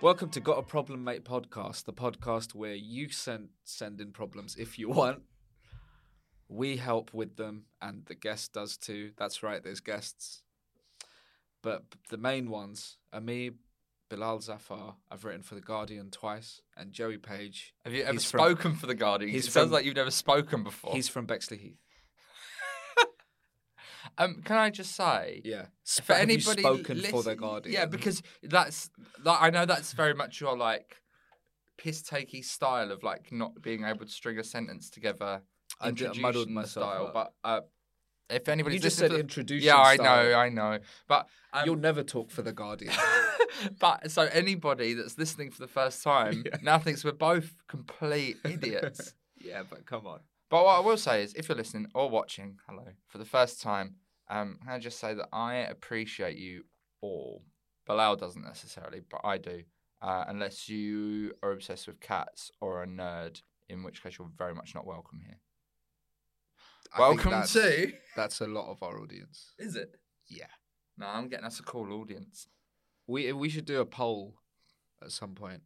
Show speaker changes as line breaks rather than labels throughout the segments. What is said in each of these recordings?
Welcome to Got a Problem Mate podcast, the podcast where you send send in problems if you want. We help with them, and the guest does too. That's right, there's guests. But the main ones are me, Bilal Zafar. I've written for The Guardian twice, and Joey Page.
Have you ever
He's from-
spoken for the Guardian? It
he's
sounds
from-
like you've never spoken before.
He's from Bexley Heath.
Um, can I just say,
Yeah.
for
Have you
anybody
spoken for The
listen-
Guardian?
yeah, because that's like I know that's very much your like piss takey style of like not being able to string a sentence together.
I d- I
introduction
muddled myself
style,
up.
but uh, if anybody
You just said introduction
yeah, I
style.
know, I know, but um,
you'll never talk for The Guardian.
but so anybody that's listening for the first time now thinks we're both complete idiots.
yeah, but come on.
But what I will say is, if you're listening or watching, hello, for the first time, um, can I just say that I appreciate you all. Bilal doesn't necessarily, but I do. Uh, unless you are obsessed with cats or a nerd, in which case you're very much not welcome here.
I think
welcome
that's-
to.
That's a lot of our audience.
Is it?
Yeah.
No, I'm getting us a cool audience.
We we should do a poll at some point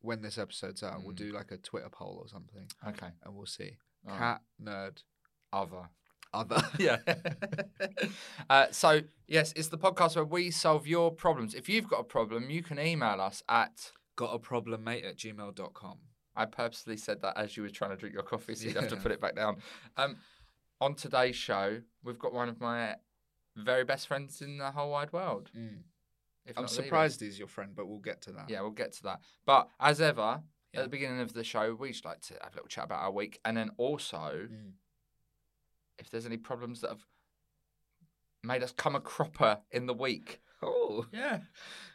when this episode's out. We'll
Mm.
do like a Twitter poll or something,
Okay.
and we'll see.
Alright.
Cat, nerd,
Other.
other.
yeah. uh, so yes, it's the podcast where we solve your problems. If you've got a problem, you can email us at.
Got a problem, mate? At gmail.com.
I purposely said that as you were trying to drink your coffee, so you would have to
Yeah.
put it back down. Um, on today's show, we've got one of my very best friends in the whole wide world.
Mm.
If
I'm
not the
surprised he's your friend, but we'll get to that.
yeah, we'll get to that. But as ever,
Yeah.
at the beginning of the show, we just like to have a little chat about our week, and then also
Mm.
if there's any problems that have made us come a cropper in the week.
Oh.
Yeah.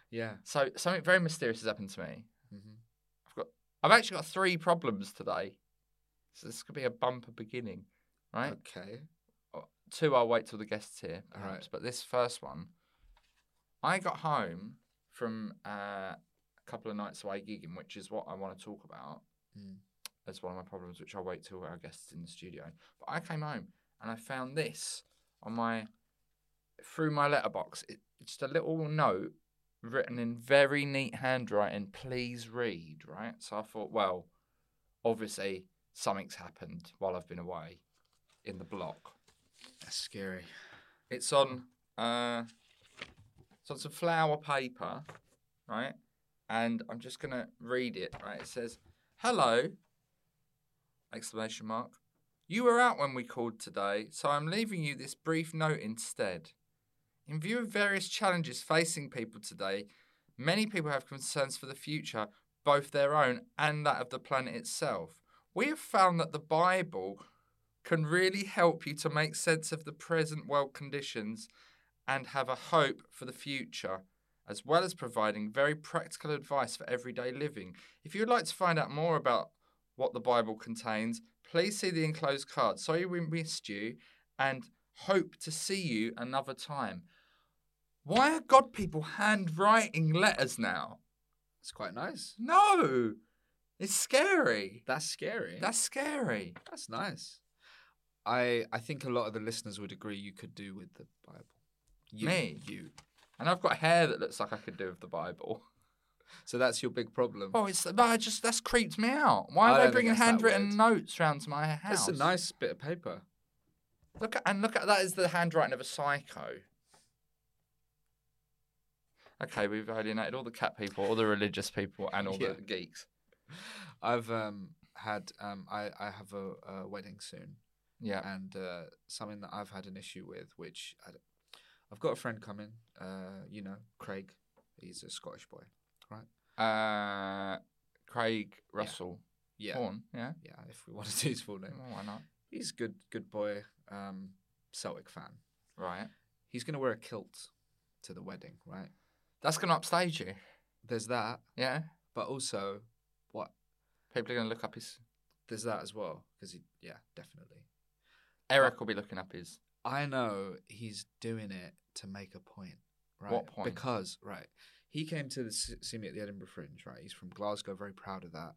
Yeah.
So something very mysterious has happened to me.
hmm
I've got I've actually got three problems today. So this could be a bumper beginning, right?
Okay.
Two I'll wait till the guests here,
All
perhaps.
right.
But this first one, I got home from uh, a couple of nights away gigging, which is what I want to talk about
Mm.
as one of my problems, which I'll wait till our guests in the studio. But I came home and I found this on my through my letterbox. It, it's just a little note written in very neat handwriting. Please read, right? So I thought, well, obviously something's happened while I've been away in the block.
That's scary.
It's on uh it's on some flower paper, right? And I'm just gonna read it, right? It says, Hello exclamation mark. You were out when we called today, so I'm leaving you this brief note instead. In view of various challenges facing people today, many people have concerns for the future, both their own and that of the planet itself. We have found that the Bible can really help you to make sense of the present world conditions and have a hope for the future, as well as providing very practical advice for everyday living. If you would like to find out more about what the Bible contains, please see the enclosed card. Sorry we missed you and hope to see you another time. Why are God people handwriting letters now?
It's quite nice.
No! It's scary.
That's scary.
That's scary.
that's nice. I I think a lot of the listeners would agree you could do with the Bible. You,
Me?
You.
And I've got hair that looks like I could do with the Bible.
So that's your big problem.
Oh, it's no, I just that's creeped me out. Why
I
are
don't
they
think
bringing
that's that
handwritten
weird.
notes round to my house?
that's a nice bit of paper.
Look at, and look at that is the handwriting of a psycho. Okay, we've alienated all the cat people, all the religious people, and all
Yeah.
the geeks.
I've um had um I I have a, a wedding soon
Yeah.
and uh, something that I've had an issue with which I, have got a friend coming uh you know Craig he's a Scottish boy right
Uh, Craig Russell.
Yeah.
Horn, yeah.
Yeah, if we want to do his full name.
Well, why not?
He's a good, good boy, um, Celtic fan.
Right.
He's going to wear a kilt to the wedding, right?
That's going to upstage you.
There's that,
Yeah.
but also, what?
People are going to look up his.
There's that as well, because he, yeah, definitely.
Eric will be looking up his.
I know he's doing it to make a point, right?
What point?
Because right, he came to the, s- see me at the Edinburgh Fringe, right? He's from Glasgow, very proud of that.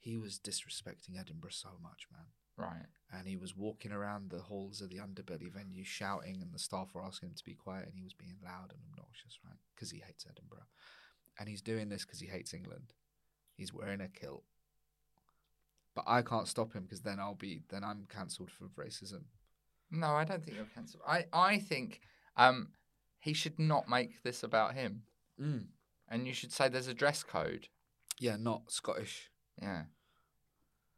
He was disrespecting Edinburgh so much, man.
Right.
And he was walking around the halls of the underbelly venue shouting, and the staff were asking him to be quiet, and he was being loud and obnoxious, right? Because he hates Edinburgh. And he's doing this because he hates England. He's wearing a kilt. But I can't stop him because then I'll be, then I'm cancelled for racism.
No, I don't think you're cancelled. I, I think um, he should not make this about him.
Mm.
And you should say there's a dress code.
Yeah, not Scottish.
Yeah.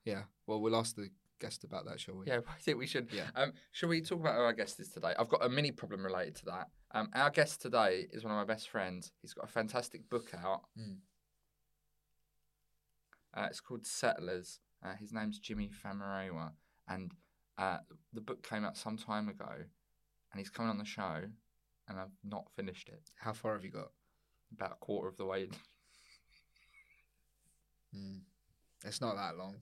Yeah. Well, we'll ask the guest about that, shall we?
Yeah, I think we should.
Yeah.
Um, shall we talk about who our guest is today? I've got a mini problem related to that. Um, our guest today is one of my best friends. He's got a fantastic book out.
Mm.
Uh, it's called Settlers. Uh, his name's Jimmy Famarewa, and uh, the book came out some time ago, and he's coming on the show, and I've not finished it.
How far have you got?
About a quarter of the way. in.
Mm. It's not that long.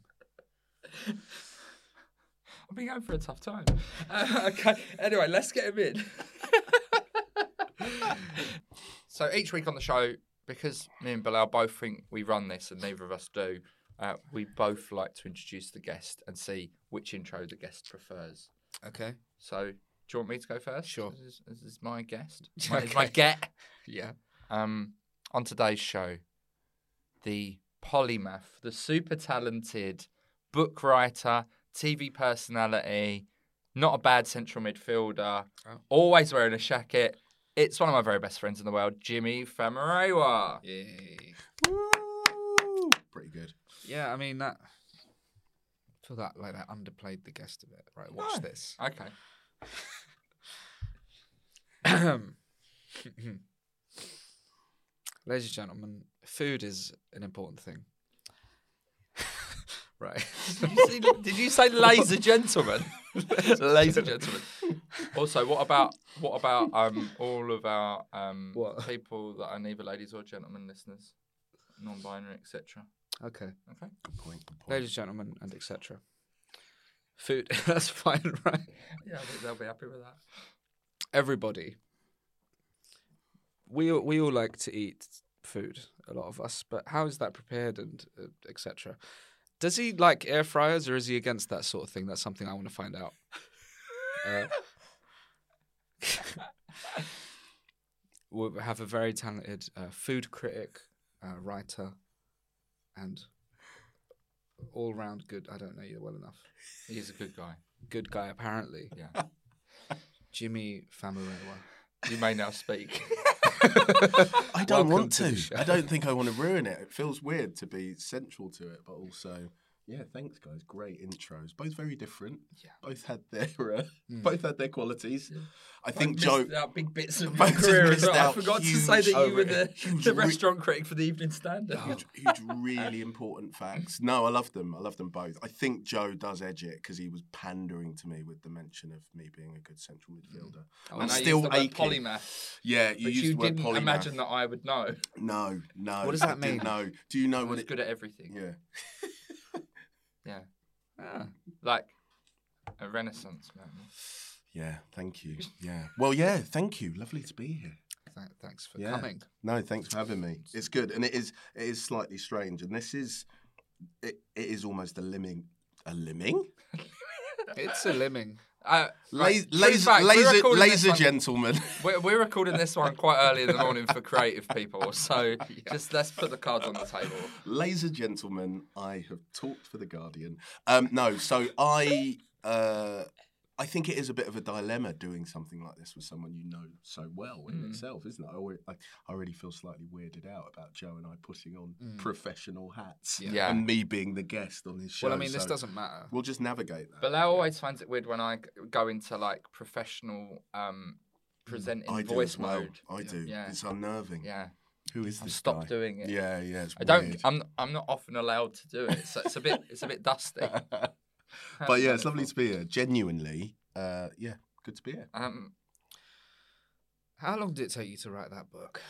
I've been going for a tough time. Uh, okay. Anyway, let's get him in. so each week on the show, because me and Bilal both think we run this and neither of us do, uh, we both like to introduce the guest and see which intro the guest prefers.
Okay.
So do you want me to go first?
Sure.
This is, this is my guest. My, it's my get.
Yeah.
Um, on today's show, the polymath, the super talented book writer, TV personality, not a bad central midfielder,
Oh.
always wearing a jacket. It's one of my very best friends in the world, Jimmy Famarewa.
Yay.
Woo!
Pretty good.
Yeah, I mean that. I feel that like that underplayed the guest a bit. Right. Watch
No.
this.
Okay.
Ladies and gentlemen, food is an important thing. right.
Did you say- Did you say laser gentleman? laser gentleman. Also, what about what about um all of our um
What?
people that are neither ladies or gentlemen listeners, non-binary, etc.
Okay.
Okay.
Good point. Good point.
Ladies and gentlemen, and etc. Food. That's fine, right?
Yeah, I think they'll be happy with that.
everybody. We all- we all like to eat food, a lot of us, but how is that prepared and uh, etc. Does he like air fryers or is he against that sort of thing? That's something I want to find out. Uh, we have a very talented uh, food critic, uh, writer, and all round good. I don't know you well enough.
He's a good guy.
Good guy, apparently.
Yeah.
Jimmy Famarewa.
You may now speak.
I don't
Welcome
want
to the
to.
show.
I don't think I want to ruin it. It feels weird to be central to it, but also, yeah, thanks guys. Great intros. Both very different. Yeah. Both had their uh, both had their qualities. I think Joe
out big bits of
your Mike's career as missed well. I out forgot to say huge-
that you were the,
huge Oh, the re- restaurant
critic for the Evening Standard.
huge, huge, really important facts. No, I love them. I love them both. I think Joe does edge it because he was pandering to me with the mention of me being a good central midfielder.
Oh,
I'm still aching.
polymath.
Yeah, you
But
used
you
the word
didn't
polymath.
imagine that I would know.
No, no.
What does
I
that mean?
didn't know. Do you know
I
what
was
it?
good at everything.
Yeah.
Yeah.
Ah.
Like a renaissance man.
Yeah, thank you. Yeah. Well, yeah, thank you. Lovely to be here.
Th- thanks for
Yeah.
coming.
No, thanks for having me. It's good, and it is it is slightly strange, and this is it, it is almost a limbing a limbing
It's a limbing.
Uh,
La-
right, true
laser
fact, we're
laser
recording this
laser
one-
gentleman.
We're, we're recording this one quite early in the morning for creative people, so just let's put the cards on the table.
Laser gentleman, I have talked for the Guardian. Um, no, so I uh, I think it is a bit of a dilemma doing something like this with someone you know so well
Hmm.
in itself, isn't it? I, alre- I, I already feel slightly weirded out about Joe and I putting on professional hats
Yeah.
Hmm. Yeah.
and me being the guest on his show.
Well, I mean, this
so
doesn't matter.
We'll just navigate that.
Bilal always finds it weird when I g- go into like professional um, presenting
Mm, I do
voice
as well.
mode.
I do.
Yeah.
It's unnerving.
Yeah.
Who is
I've
this
stopped
guy?
doing it.
Yeah, yeah. It's
I don't.
weird.
I'm. I'm not often allowed to do it, so it's a bit. It's a bit dusty.
but yeah, it's lovely to be here. Genuinely, uh, yeah, good to be here.
Um,
How long did it take you to write that book?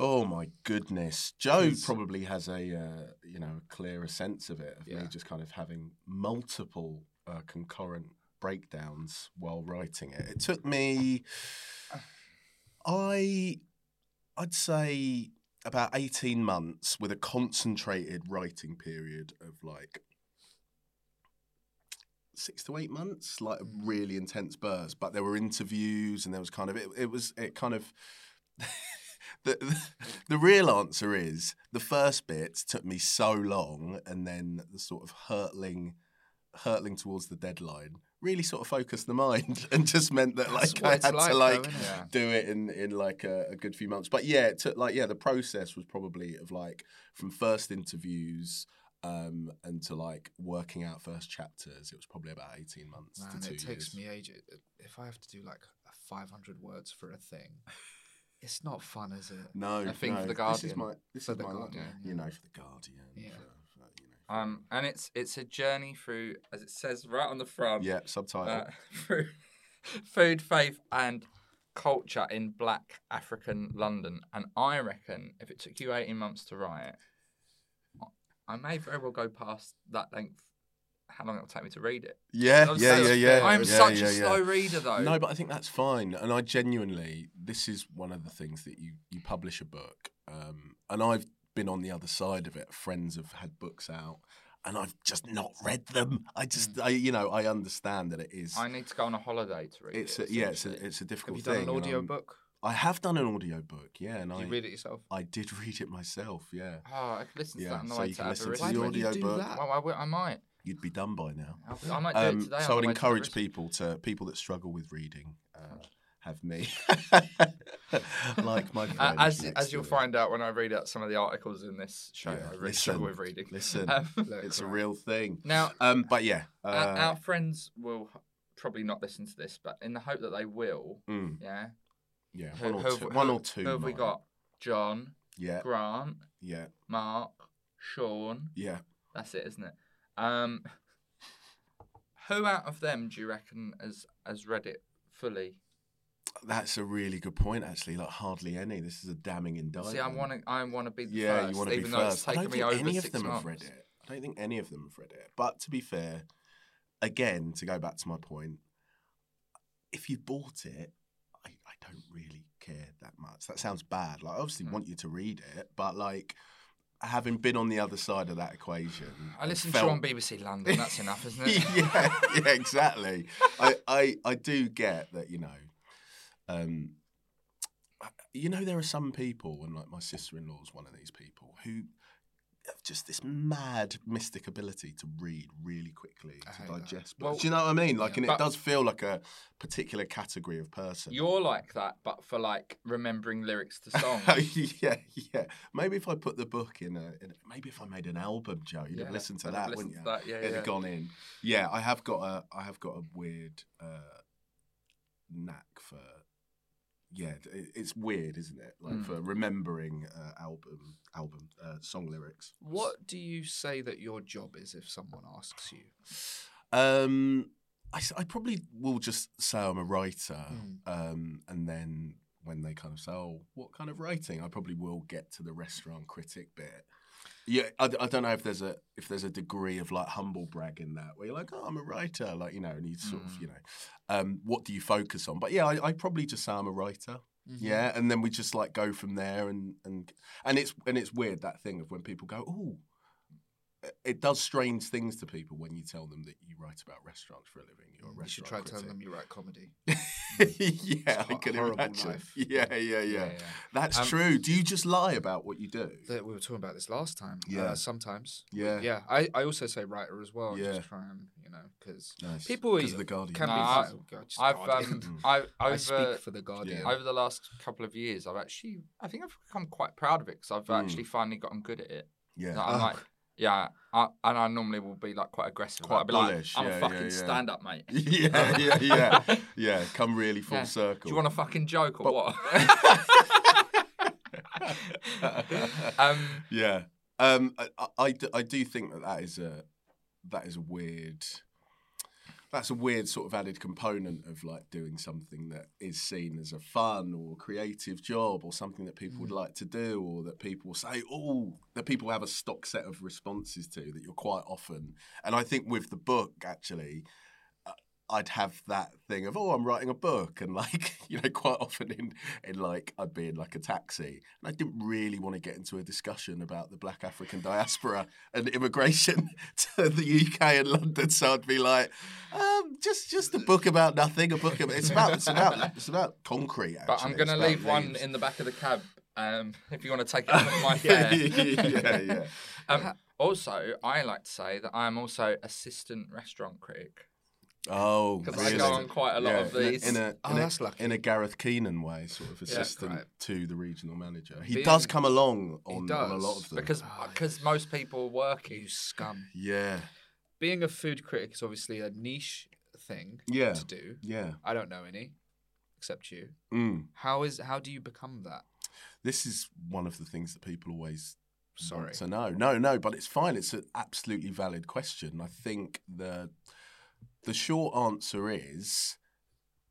Oh my goodness, Joe
It's-
probably has a uh, you know a clearer sense of it of
Yeah.
me just kind of having multiple uh, concurrent breakdowns while writing it. It took me, I, I'd say about eighteen months with a concentrated writing period of like six to eight months, like a
Mm.
really intense bursts. But there were interviews, and there was kind of it. It was it kind of. The, the, the real answer is the first bit took me so long, and then the sort of hurtling, hurtling towards the deadline really sort of focused the mind, and just meant that
That's
like
what
I
it's
had
like
to
though,
like
isn't it?
Yeah.
do it in in like a, a good few months. But yeah, it took like yeah, the process was probably of like from first interviews um and to like working out first chapters. It was probably about eighteen months
Man,
to two
it takes
years.
me ages. If I have to do like 500 words for a thing, it's not fun, is it?
no,
I think
no,
for The
This is
Guardian.
my this
For
is
The
my life,
Guardian,
you
yeah.
know, for the Guardian.
Yeah.
For, for, you know.
um, and it's it's a journey through, as it says right on the front.
yeah, subtitle.
uh, through food, faith, and culture in black African London. And I reckon if it took you 18 months to write, I may very well go past that length, how long it'll take me to read it.
yeah,
I'm
yeah,
such-
yeah, yeah.
I'm
yeah,
such
yeah,
a
yeah.
slow reader, though.
No, but I think that's fine. And I genuinely, this is one of the things that you you publish a book, um, and I've been on the other side of it. Friends have had books out, and I've just not read them. I just,
Hmm.
I, you know, I understand that it is.
I need to go on a holiday to read
it's a,
it.
yeah, it's a,
essentially.
it's a
Have
difficult
you
thing. um,
done an
and I'm-
audio book?
I have done an audio book, yeah, and
Did
I
you read it yourself?
I did read it myself, yeah.
Oh, I could listen to that
Yeah,
on the
so
way
you
to
can listen to
Why
the
don't you
audio
do
book.
that?
Well, I, will- I might.
You'd be done by now.
I'll- I might do it
Um,
today. on
so I'd
the way to
encourage
Aberystwyth.
people to people that struggle with reading uh, have me like my
Uh,
friend
as
next
as
to
you'll
me.
find out when I read out some of the articles in this show,
Yeah,
I really struggle with reading.
Listen,
Um,
Look,
it's a
right.
real thing.
now,
Um, but yeah, uh,
our, our friends will h- probably not listen to this, but in the hope that they will,
mm,
yeah.
yeah,
Who-
one or
who have
two.
we-
one
who-
or two
Who have we
might.
got? John,
Yeah,
Grant,
yeah,
Mark, Sean.
yeah.
That's it, isn't it? Um, who out of them do you reckon has has read it fully?
That's a really good point, actually. Like hardly any. This is a damning indictment.
See, I want to. I want to be the
Yeah,
first,
you want to
even
be
though
first.
it's
I
taken
don't
me
think
over
any
six
of them
months.
have read it. I don't think any of them have read it. But to be fair, again, to go back to my point, if you bought it, I, I don't really care that much. That sounds bad. Like, I obviously
Hmm.
want you to read it, but like, having been on the other side of that equation,
I
and
listened to
felt-
on BBC London. That's enough, isn't it?
yeah, yeah, exactly. I, I, I do get that, you know. Um, I- you know, there are some people, and like my sister-in-law is one of these people who have just this mad mystic ability to read really quickly
I
to
hate that.
digest.
Well,
books. do you know what I mean? Like,
yeah,
and it
but-
does feel like a particular category of person.
You're like that, but for like remembering lyrics to songs.
yeah, yeah. Maybe if I put the book in a, in a maybe if I made an album, Joe, you'd
Yeah,
have listened to
I'd
that,
have
wouldn't you?
listened to that, yeah,
It'd
yeah.
have gone in. Yeah, I have got a, I have got a weird uh, knack for. Yeah, it, it's weird, isn't it? Like
Mm.
for remembering uh, album, album uh, song lyrics.
What do you say that your job is if someone asks you?
Um, I, s- I probably will just say I'm a writer,
Mm.
um, and then when they kind of say, "Oh, what kind of writing?" I probably will get to the restaurant critic bit. Yeah, I, d- I don't know if there's a if there's a degree of like humble brag in that where you're like, "Oh, I'm a writer," like you know, and you sort
Mm.
of you know, um, what do you focus on? But yeah, I, I probably just say I'm a writer.
Mm-hmm.
Yeah, and then we just like go from there, and and and it's and it's weird that thing of when people go, oh, it does strange things to people when you tell them that you write about restaurants for a living. You're a
Mm, You
restaurant
should try telling them
critic.
you write comedy.
yeah, I
It's
can
a horrible
imagine.
life.
Yeah, yeah, yeah,
yeah.
That's
Um,
true. Do you just lie about what you do?
That we were talking about this last time.
Yeah.
Uh, sometimes.
Yeah.
Yeah. I, I also say writer as well.
Yeah.
Just try and you know because
Nice.
people
'Cause of the Guardian.
can
No, I-
be. Oh, God, just
I've
Guardian.
um, I over
I speak for the Guardian.
uh, Yeah.
over the last couple of years, I've actually I think I've become quite proud of it because I've
Mm.
actually finally gotten good at it. Like,
Yeah.
I'm
Oh.
like, yeah, I, and I normally will be like quite aggressive.
Quite
I'll be like,
bullish,
I'm
yeah,
a
yeah,
fucking
yeah.
stand up, mate.
yeah, yeah, yeah, yeah. Come really full
Yeah.
circle.
Do you want a fucking joke or
But-
what? Um,
Yeah. Um, I, I- I, d- I do think that that is a that is a weird that's a weird sort of added component of like doing something that is seen as a fun or creative job or something that people would like to do or that people say oh that people have a stock set of responses to that you're quite often and I think with the book actually uh, I'd have that thing of oh I'm writing a book and like you know quite often in in like I'd be in like a taxi and I didn't really want to get into a discussion about the black African diaspora and immigration to the UK and London so I'd be like um, just just a book about nothing a book about, it's about it's about it's about concrete actually.
but I'm going to
It's about
leave one
leaves.
in the back of the cab um, if you want to take it off my
yeah
fare.
yeah yeah
Um, also, I like to say that I'm also assistant restaurant critic.
oh
'Cause I
really?
go on quite a lot of
in a-
these.
in a, in
Oh,
a-
that's lucky.
in a Gareth Keenan way, sort of assistant
right.
to the regional manager. He
Being-
does come along on, on a
does,
lot of Ah, them
Because because most people work
You scum.
yeah,
Being a food critic is obviously a niche thing
Yeah.
to do.
yeah.
I don't know any, except you.
Mm.
How is how do you become that?
This is one of the things that people always
Sorry.
want to know. No, no, but it's fine. It's an absolutely valid question. I think the the short answer is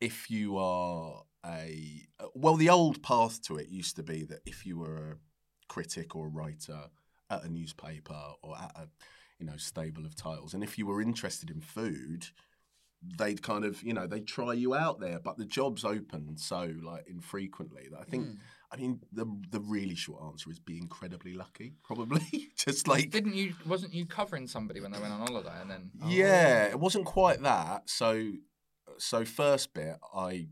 if you are a well, the old path to it used to be that if you were a critic or a writer at a newspaper or at a you know stable of titles, and if you were interested in food, they'd kind of you know they'd try you out there but the job's open so like infrequently that i think i mean the the really short answer is be incredibly lucky probably just like
Didn't you? Wasn't you covering somebody when they went on holiday? And then
yeah it wasn't quite that so so first bit i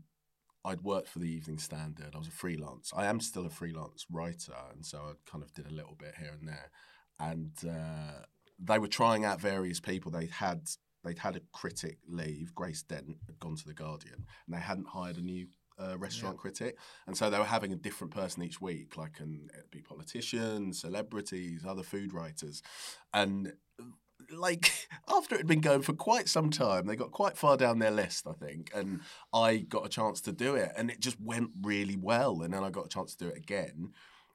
i'd worked for the evening standard i was a freelance i am still a freelance writer and so i kind of did a little bit here and there and uh, they were trying out various people they'd had they'd had a critic leave grace dent had gone to the guardian and they hadn't hired a new uh, restaurant critic and so they were having a different person each week like and it'd be politicians celebrities other food writers and like after it had been going for quite some time, they got quite far down their list, I think, and I got a chance to do it, and it just went really well. And then I got a chance to do it again,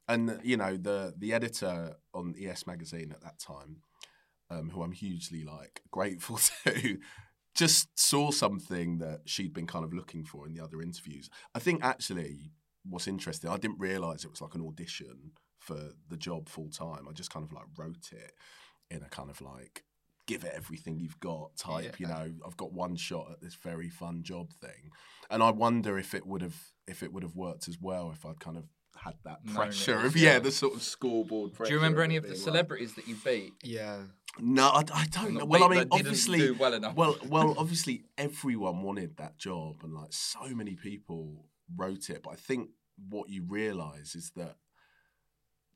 and you know the the editor on ES magazine at that time, um, who I'm hugely like grateful to, just saw something that she'd been kind of looking for in the other interviews. I think actually what's interesting, I didn't realise it was like an audition for the job full time. I just kind of like wrote it in a kind of like give it everything you've got type, you know, I've got one shot at this very fun job thing. And I wonder if it would have if it would have worked as well if I'd kind of had that
Known it
pressure
was,
of yeah,
yeah.
the sort of scoreboard pressure.
do you remember any of the
being like-
celebrities that you beat?
Yeah.
no, I, I don't know.
Not
Well, I
beat,
mean,
but didn't
obviously,
do well enough.
well, well, obviously, everyone wanted that job, and like so many people wrote it. But I think what you realise is that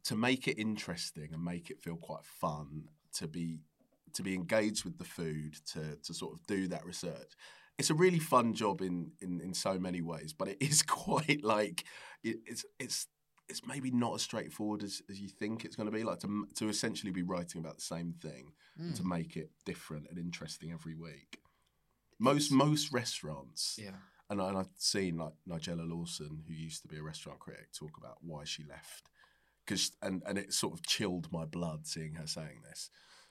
to make it interesting and make it feel quite fun, to be to be engaged with the food, to to sort of do that research. It's a really fun job in in, in so many ways, but it is quite like it, it's it's it's maybe not as straightforward as, as you think it's going to be. Like to m- to essentially be writing about the same thing and to
Hmm.
make it different and interesting every week. Most most restaurants,
Yeah.
and, I, and I've seen like Nigella Lawson, who used to be a restaurant critic, talk about why she left, because and and it sort of chilled my blood seeing her saying this.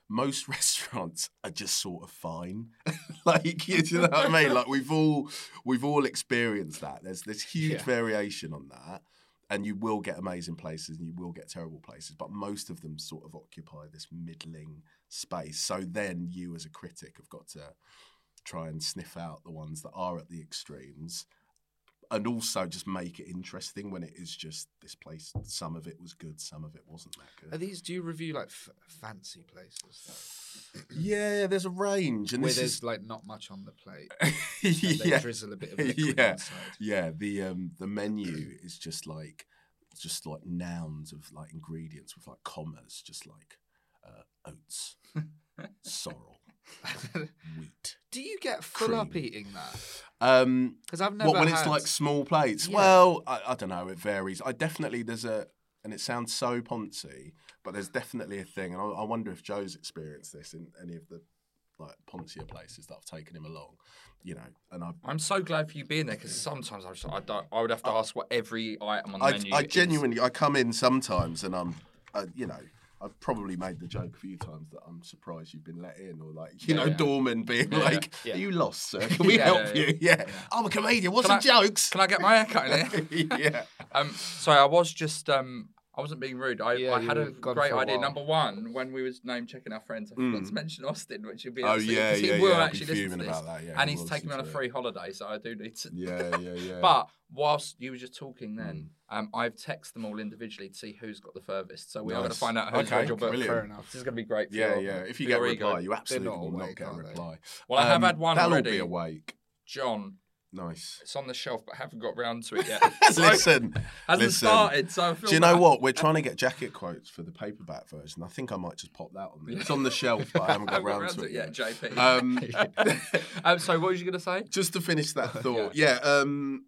Most restaurants are just sort of fine, like you know what I mean. Like we've all we've all experienced that. There's there's huge
Yeah.
variation on that, and you will get amazing places and you will get terrible places, but most of them sort of occupy this middling space. So then you as a critic have got to try and sniff out the ones that are at the extremes and also just make it interesting when it is just this place some of it was good some of it wasn't that
Are
good
these do you review like f- fancy places? though?
yeah there's a range and
Where
this
there's
is
like not much on the plate. and they
yeah
drizzle a bit of liquid
yeah
inside.
yeah the um the menu is just like just like nouns of like ingredients with like commas just like uh, oats sorrel wheat
Do you get full up
Cream.
eating that?
um
Because I've never
What when
had-
it's like small plates?
Yeah.
Well, I, I don't know. It varies. I definitely there's a, and it sounds so poncy, but there's definitely a thing, and I, I wonder if Joe's experienced this in any of the like Poncia places that I've taken him along, you know, and I've
I'm so glad for you being there because sometimes I, just, I don't. I would have to ask what every item on the
I,
menu.
I
is.
genuinely, I come in sometimes and I'm, uh, you know, I've probably made the joke a few times that I'm surprised you've been let in, or like, you know,
yeah.
doorman being
Yeah,
like,
yeah.
"Are you lost, sir? Can we
Yeah,
help
yeah,
you?" Yeah. I'm a comedian. What's
Can
some
I-
jokes?
Can I get my echo in here?
yeah.
Um, sorry, I was just um, I wasn't being rude. I,
Yeah,
I
you
had a
were gone
great
for a
idea.
while.
Number one, when we was name checking our friends, I forgot to mention Austin, which would be
Mm. Oh,
absolutely-
yeah,
'cause he
yeah,
will
yeah, I'll be
actually listen
fuming
to this,
about that, yeah,
and
he
he's
will
taking me on
listen
a
to it.
free holiday, so I do need to.
Yeah, yeah, yeah. Mm.
But whilst you were just talking then, um, I've texted them all individually to see who's got the furthest. So we are going to
Nice.
find out who's
Okay,
read your book.
brilliant. Fair
enough.
This is going to be great. For
yeah,
your-
yeah. If you
for
get a
your ego.
reply, you absolutely
not
will
awake,
not get a
are they?
reply.
Well, I have had one
They'll
already.
all be awake.
John,
Nice.
it's on the shelf, but haven't got round to it yet.
listen,
hasn't
listen.
started, so I feel
Do you know
bad.
what? We're trying to get jacket quotes for the paperback version. I think I might just pop that on there. It's on the shelf, but I haven't got
haven't got
round to it
yet,
yet.
JP.
Um,
I'm um, sorry, what was you going to say?
just to finish that thought, yeah. um,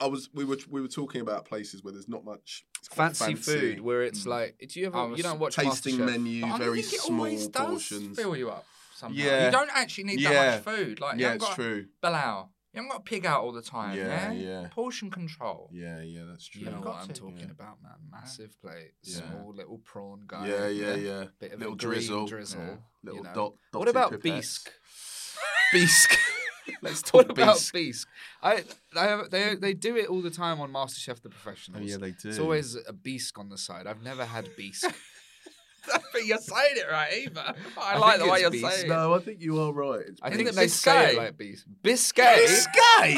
I was we were we were talking about places where there's not much it's quite
Fancy, food where it's like, do you
I
ever?
was
You don't watch
Mm. Oh, tasting
MasterChef.
menu,
But I
very
think it
small
always does
portions.
Fill you up somehow.
Yeah.
You don't actually need
Yeah.
that much food. Like, you
Yeah,
haven't
it's
got
true.
Bilal. You haven't got to pig out all the time. Yeah,
Yeah, yeah.
Portion control.
Yeah, yeah, that's true.
You know
You've
what
got
I'm
to,
talking
yeah.
about, man. Massive plate,
Yeah.
small little prawn guy.
yeah, yeah, yeah.
Bit of
little
a green
drizzle,
drizzle.
yeah.
you
Little
know.
dot.
What
dotted
about
pipettes.
Beesk? Beesk.
Let's talk
what about
Beesk.
Beesk? I they have, they they do it all the time on MasterChef the Professionals.
Oh, yeah, they
It's
do.
always a Beesk on the side. I've never had Beesk.
but you're saying it right, either. I,
I
like
think
the way
it's
you're
beast.
saying it.
No, I think you are right. It's
I
Beesk.
think
it
they say
Biscay?
it like Beesk. Biscay.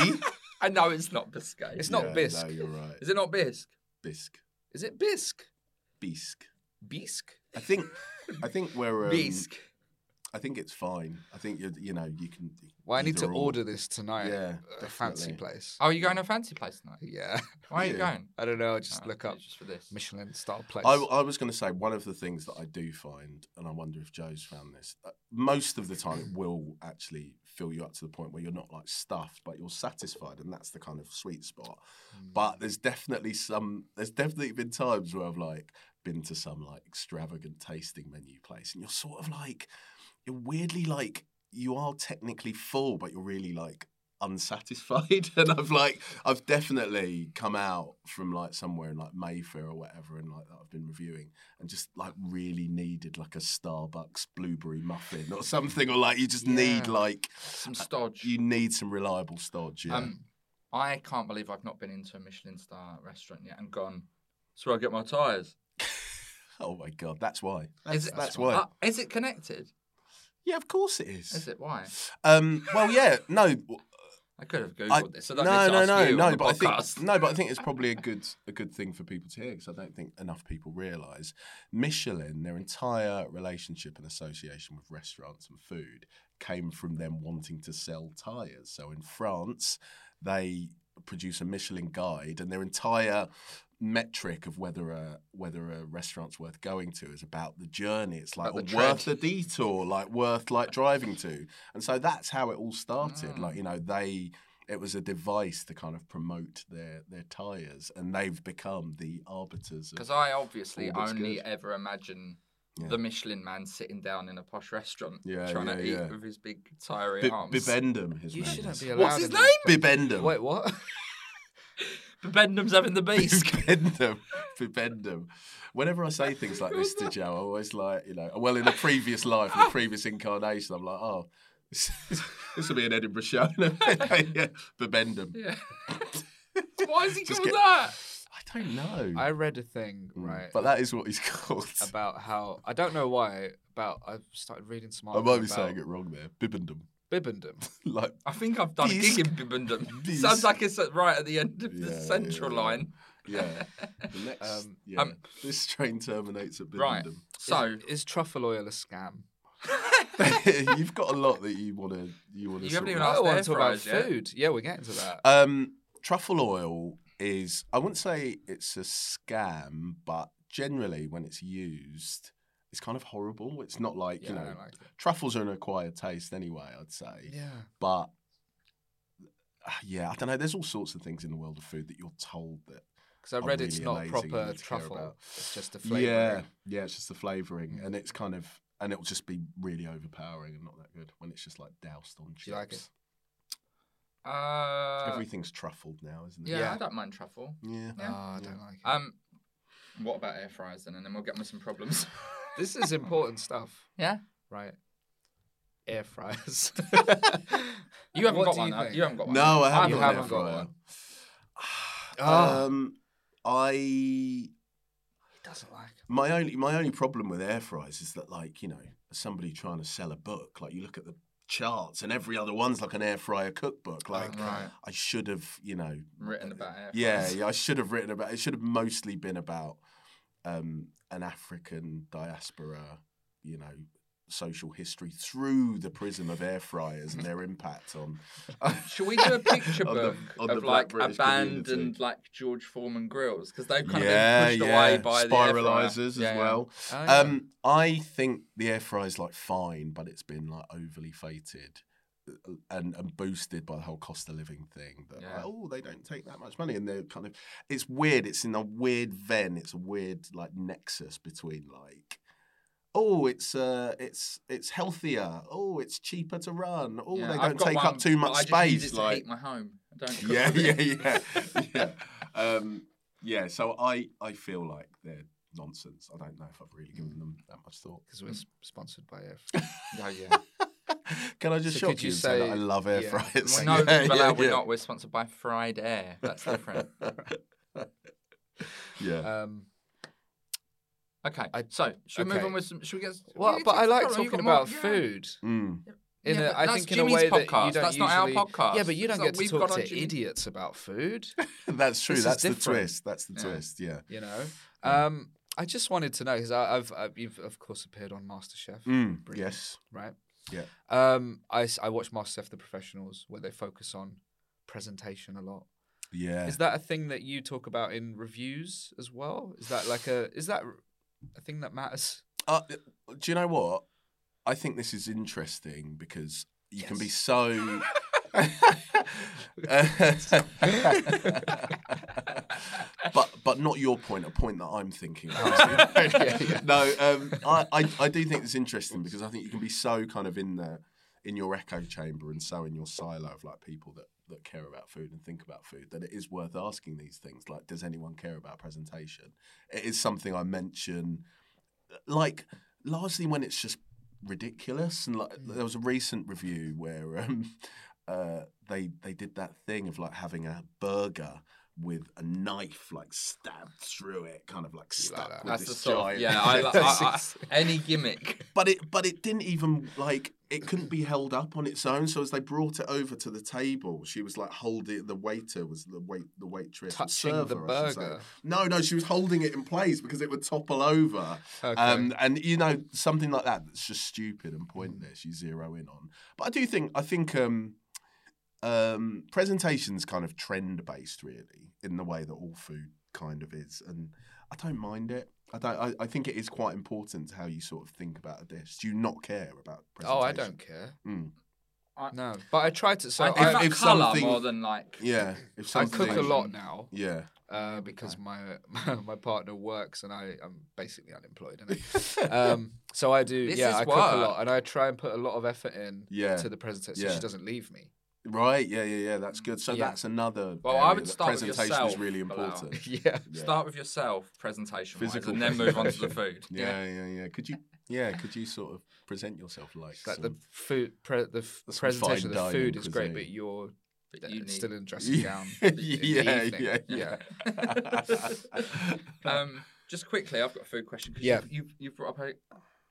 Biscay?
I know it's not biscuit.
It's not
Yeah,
Bisque.
No, you're right.
Is it not bisque?
Bisque.
Is it Bisque?
Bisque.
Bisque.
I think. I think we're. Um,
bisque.
I think it's fine. I think you you know you can.
Well, I need
either
to
or.
order this tonight.
Yeah,
at a fancy
definitely.
place.
Oh, are you going to a fancy place tonight?
Yeah.
Why are you
Yeah.
going?
I don't know. I'll just
Oh,
look up
Just for this.
Michelin style place.
I, um, I was going to say one of the things that I do find, and I wonder if Joe's found this. uh, Most of the time, it will actually fill you up to the point where you're not like stuffed, but you're satisfied, and that's the kind of sweet spot. But there's definitely some. There's definitely been times where I've like been to some like extravagant tasting menu place, and you're sort of like, you're weirdly like you are technically full, but you're really like unsatisfied. and I've like I've definitely come out from like somewhere in like Mayfair or whatever, and like that I've been reviewing, and just like really needed like a Starbucks blueberry muffin or something, or like you just need
Yeah.
like
Some stodge.
you need some reliable stodge. Yeah.
Um, I can't believe I've not been into a Michelin star restaurant yet and gone. That's where I get my tires.
oh my god, that's why.
Is it,
that's why.
Uh, is it connected?
Yeah, of course it is.
Is it why?
Um, well, yeah, no.
I could have googled
I-
this. I don't
no,
need to
no,
ask
no,
you
no.
on the
but I
podcast.
think no, but I think it's probably a good a good thing for people to hear because I don't think enough people realise Michelin, their entire relationship and association with restaurants and food came from them wanting to sell tyres. So in France, they produce a Michelin guide, and their entire metric of whether a whether a restaurant's worth going to is about the journey. It's like
About the
or worth the detour, like worth like driving to. And so that's how it all
Mm.
started. Like, you know, they it was a device to kind of promote their their tires and they've become the arbiters
Because
of
I obviously
All that's
only
good.
ever imagine
Yeah.
the Michelin man sitting down in a posh restaurant
Yeah,
trying to
yeah,
eat
yeah.
with his big tirey
Bi-
arms.
Bibendum his
You
name
shouldn't
is.
be allowed.
What's his
in
name?
that-
Bibendum.
Wait, what?
Bibendum's having the beast.
Bibendum. Bibendum. Whenever I say things like this to Joe, I always like, you know, well, in a previous life, in a previous incarnation, I'm like, oh, this this will be an Edinburgh show. yeah. Bibendum.
yeah. Why is he
Just
called
get-
that?
I don't know.
I read a thing
Mm.
right
But that is what he's called.
about how I don't know why. About I started reading some.
I might be
articles
saying it
about
wrong there. Bibendum.
Bibbendum.
like
I think I've done
Beast.
a gig in Bibendum.
Beast.
Sounds like it's at- right at the end of
Yeah,
the
yeah,
central
yeah.
line.
yeah. The next
Um,
yeah.
um,
this train terminates at
Right.
Bibendum.
So
is truffle oil a scam?
You've got a lot that you want to you want to
You haven't even
I
asked
don't want
air
to talk about
fryers yet.
food. Yeah, we're getting to that.
Um, truffle oil is, I wouldn't say it's a scam, but generally when it's used, it's kind of horrible. It's not like,
Yeah,
you
I
know,
don't like it.
truffles are an acquired taste anyway, I'd say.
Yeah.
But uh, yeah, I don't know. There's all sorts of things in the world of food that you're told that.
Because I
I'm
read it's
really
not
amazing and
proper
you care
truffle.
about-
It's just a
Yeah,
flavour.
yeah, it's just the flavoring, and it's kind of and it'll just be really overpowering and not that good when it's just like doused on chips.
you like it?
Uh,
Everything's truffled now, isn't it?
Yeah,
Yeah.
I don't mind truffle.
Yeah.
Yeah.
Oh, I don't like it.
Um, what about air fryers then? And then we'll get with some problems.
this is important stuff,
yeah.
right? Air fryers.
You haven't
What
got
do
one.
you
uh,
think?
You haven't got one.
No, I
You
haven't, got, an
haven't got
air fryer.
one. Ah.
Um, I
he doesn't like 'em.
my only my only problem with air fryers is that like you know as somebody trying to sell a book like you look at the charts and every other one's like an air fryer cookbook
Uh-huh.
like
Right.
I should have you know
Written about air.
yeah,
fryers.
yeah I should have written about it should have mostly been about um, an African diaspora you know social history through the prism of air fryers and their impact on
Should we do a picture
Of
book
the-
of,
of the black
like
British
abandoned
community.
like George Foreman grills because they've kind
yeah,
of been pushed
yeah.
away by
spiralizers
the air fryer.
as
Yeah, yeah.
well.
Oh, yeah.
Um, I think the air fryer's like fine, but it's been like overly fated uh, and, and boosted by the whole cost of living thing. That
Yeah.
like, oh, they don't take that much money, and they're kind of it's weird. It's in a weird ven. It's a weird like nexus between like. Oh, it's uh, it's it's healthier. Oh, it's cheaper to run. Oh,
Yeah,
they
I've
don't
got
take
one,
up too
but
much
I just
space.
use it to
like
heat my home. I don't cook
yeah,
with
yeah,
it.
yeah, yeah. Um, yeah. So I, I feel like they're nonsense. I don't know if I've really given them that much thought.
Because we're s- sponsored by Air Fryers.
Oh, yeah.
Can I just
So
shock
could
you
you
and say, that
say-
I love air
yeah.
fryers?
Well, no,
yeah,
but
yeah,
we're
yeah.
not. We're sponsored by Fried Air. That's different.
Yeah.
Um,
Okay. so should we
okay.
move on with some? Should we get?
well,
we
but
get
I
to-
like
hold on, you've
talking
got more-
about
yeah.
food.
Mm.
In
Yeah,
a,
but
I
that's
think in a
Jimmy's
way that you
podcast.
don't
That's not our
usually...
podcast.
Yeah, but you
It's
don't
not-
get to
we've got
talk
on
to
Jimmy-
idiots about food.
That's true.
This is
That's the
different.
twist. That's the twist. Yeah.
you know. Um, I just wanted to know because I've, I've you've of course appeared on MasterChef,
Mm.
Brilliant.
Yes.
right?
Yeah.
Um, I s- I watch MasterChef The Professionals where they focus on presentation a lot.
Yeah.
Is that a thing that you talk about in reviews as well? Is that like a is that a thing that matters?
Uh, do you know what? I think this is interesting because you can be so. but but not your point. A point that I'm thinking. Of. No, um, I, I I do think it's interesting because I think you can be so kind of in the in your echo chamber and so in your silo of like people that that care about food and think about food that it is worth asking these things. Like, does anyone care about presentation? It is something I mention like largely when it's just ridiculous and like
Mm.
there was a recent review where um uh they they did that thing of like having a burger with a knife like stabbed through it kind of like stuck
that?
with
That's the
this
sort.
giant
Of, yeah, I, li- I, I, any gimmick.
but it but it didn't even like it couldn't be held up on its own so as they brought it over to the table she was like holding the waiter was the wait the waitress or
Touching the
server, I should say.
burger.
no no she was holding it in place because it would topple over
Okay.
um, and you know something like that that's just stupid and pointless you zero in on but i do think i think um um, presentation's kind of trend based, really, in the way that all food kind of is, and I don't mind it. I don't. I, I think it is quite important to how you sort of think about a dish. Do you not care about
Oh,
presentation?
I don't care.
Mm.
No, but I try to. So
I think
if-
about
I,
if
colour
something-
more than like.
Yeah, if
I
something,
cook a lot now.
Yeah,
uh, because my my partner works and I I'm basically unemployed. Innit? um, so I do
This
yeah
is
I cook a
work.
lot and I try and put a lot of effort in
Yeah.
to the presentation so
Yeah.
she doesn't leave me.
right. Yeah, yeah, yeah. That's good. So
Yeah.
that's another.
Well, I
area
would
that
start with
presentation is
yourself,
really
Bilal.
important.
yeah.
Start with yourself, presentation wise,
Physical
and then move on to the food.
yeah, yeah, yeah. Could you? Yeah, could you sort of present yourself like
Like the
some-
food, pre- the f-
That's some
presentation of
fine
the
dining
food is great,
cuisine.
but you're
But you
uh,
need-
still in dressing gown. in the
Yeah,
evening.
yeah,
yeah.
Um, just quickly, I've got a food question because
Yeah.
you've, you've, you've brought up a,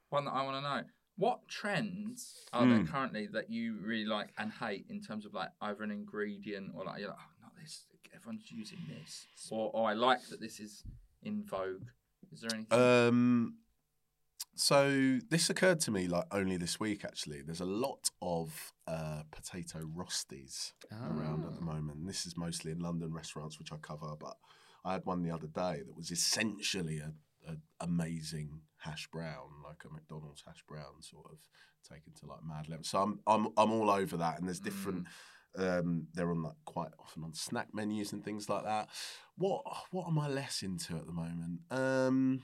one that I want to know. What trends are
Hmm.
there currently that you really like and hate in terms of like either an ingredient or like you're like, oh, not this. Everyone's using this, or, or I like that this is in vogue. Is there anything?
Um, so this occurred to me like only this week actually. There's a lot of uh, potato rosties around at the moment. This is mostly in London restaurants, which I cover, but I had one the other day that was essentially a, a amazing hash brown, like a McDonald's hash brown, sort of taken to like mad level. So I'm I'm I'm all over that, and there's different. Um, they're on like quite often on snack menus and things like that. What what am I less into at the moment? Um,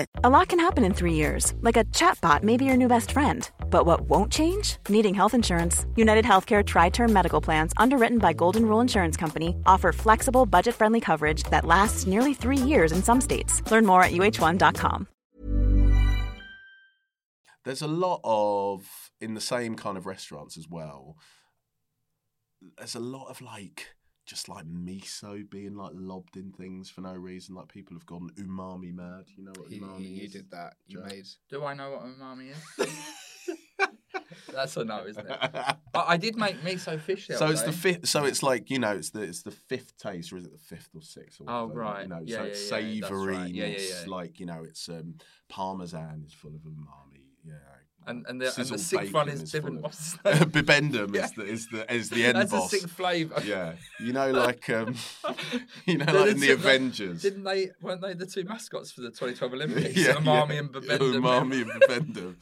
A lot can happen in three years, like a chatbot may be your new best friend. But what won't change? Needing health insurance. United Healthcare Tri Term Medical Plans, underwritten by Golden Rule Insurance Company, offer flexible, budget friendly coverage that lasts nearly three years in some states. Learn more at uh1.com.
There's a lot of in the same kind of restaurants as well. There's a lot of like just like miso being like lobbed in things for no reason. Like people have gone umami mad. You know what
You,
umami
you
is?
did that. You
Jack.
made.
Do I know what umami is? That's a no, isn't it? But I did make miso fish.
so
other
it's the
day.
fifth. So it's like you know, it's the it's the fifth taste, or is it the fifth or sixth? Or
Oh,
whatever,
right.
You know,
Yeah,
so
yeah,
it's
yeah, yeah, that's
savouriness.
right. Yeah, yeah, yeah.
Like you know, it's um, parmesan is full of umami. Yeah.
And and the, and the
Sizzled
sixth one
bacon
is
full
bibin.
of-
What's his name?
Bibendum is the is the is the end
That's
boss.
a sick flavour.
Yeah, you know, like um, you know,
They
like
did
in the
something-
Avengers.
Didn't they? Weren't they the two mascots for the 2012 Olympics?
Yeah,
umami
yeah.
and Bibendum.
Umami and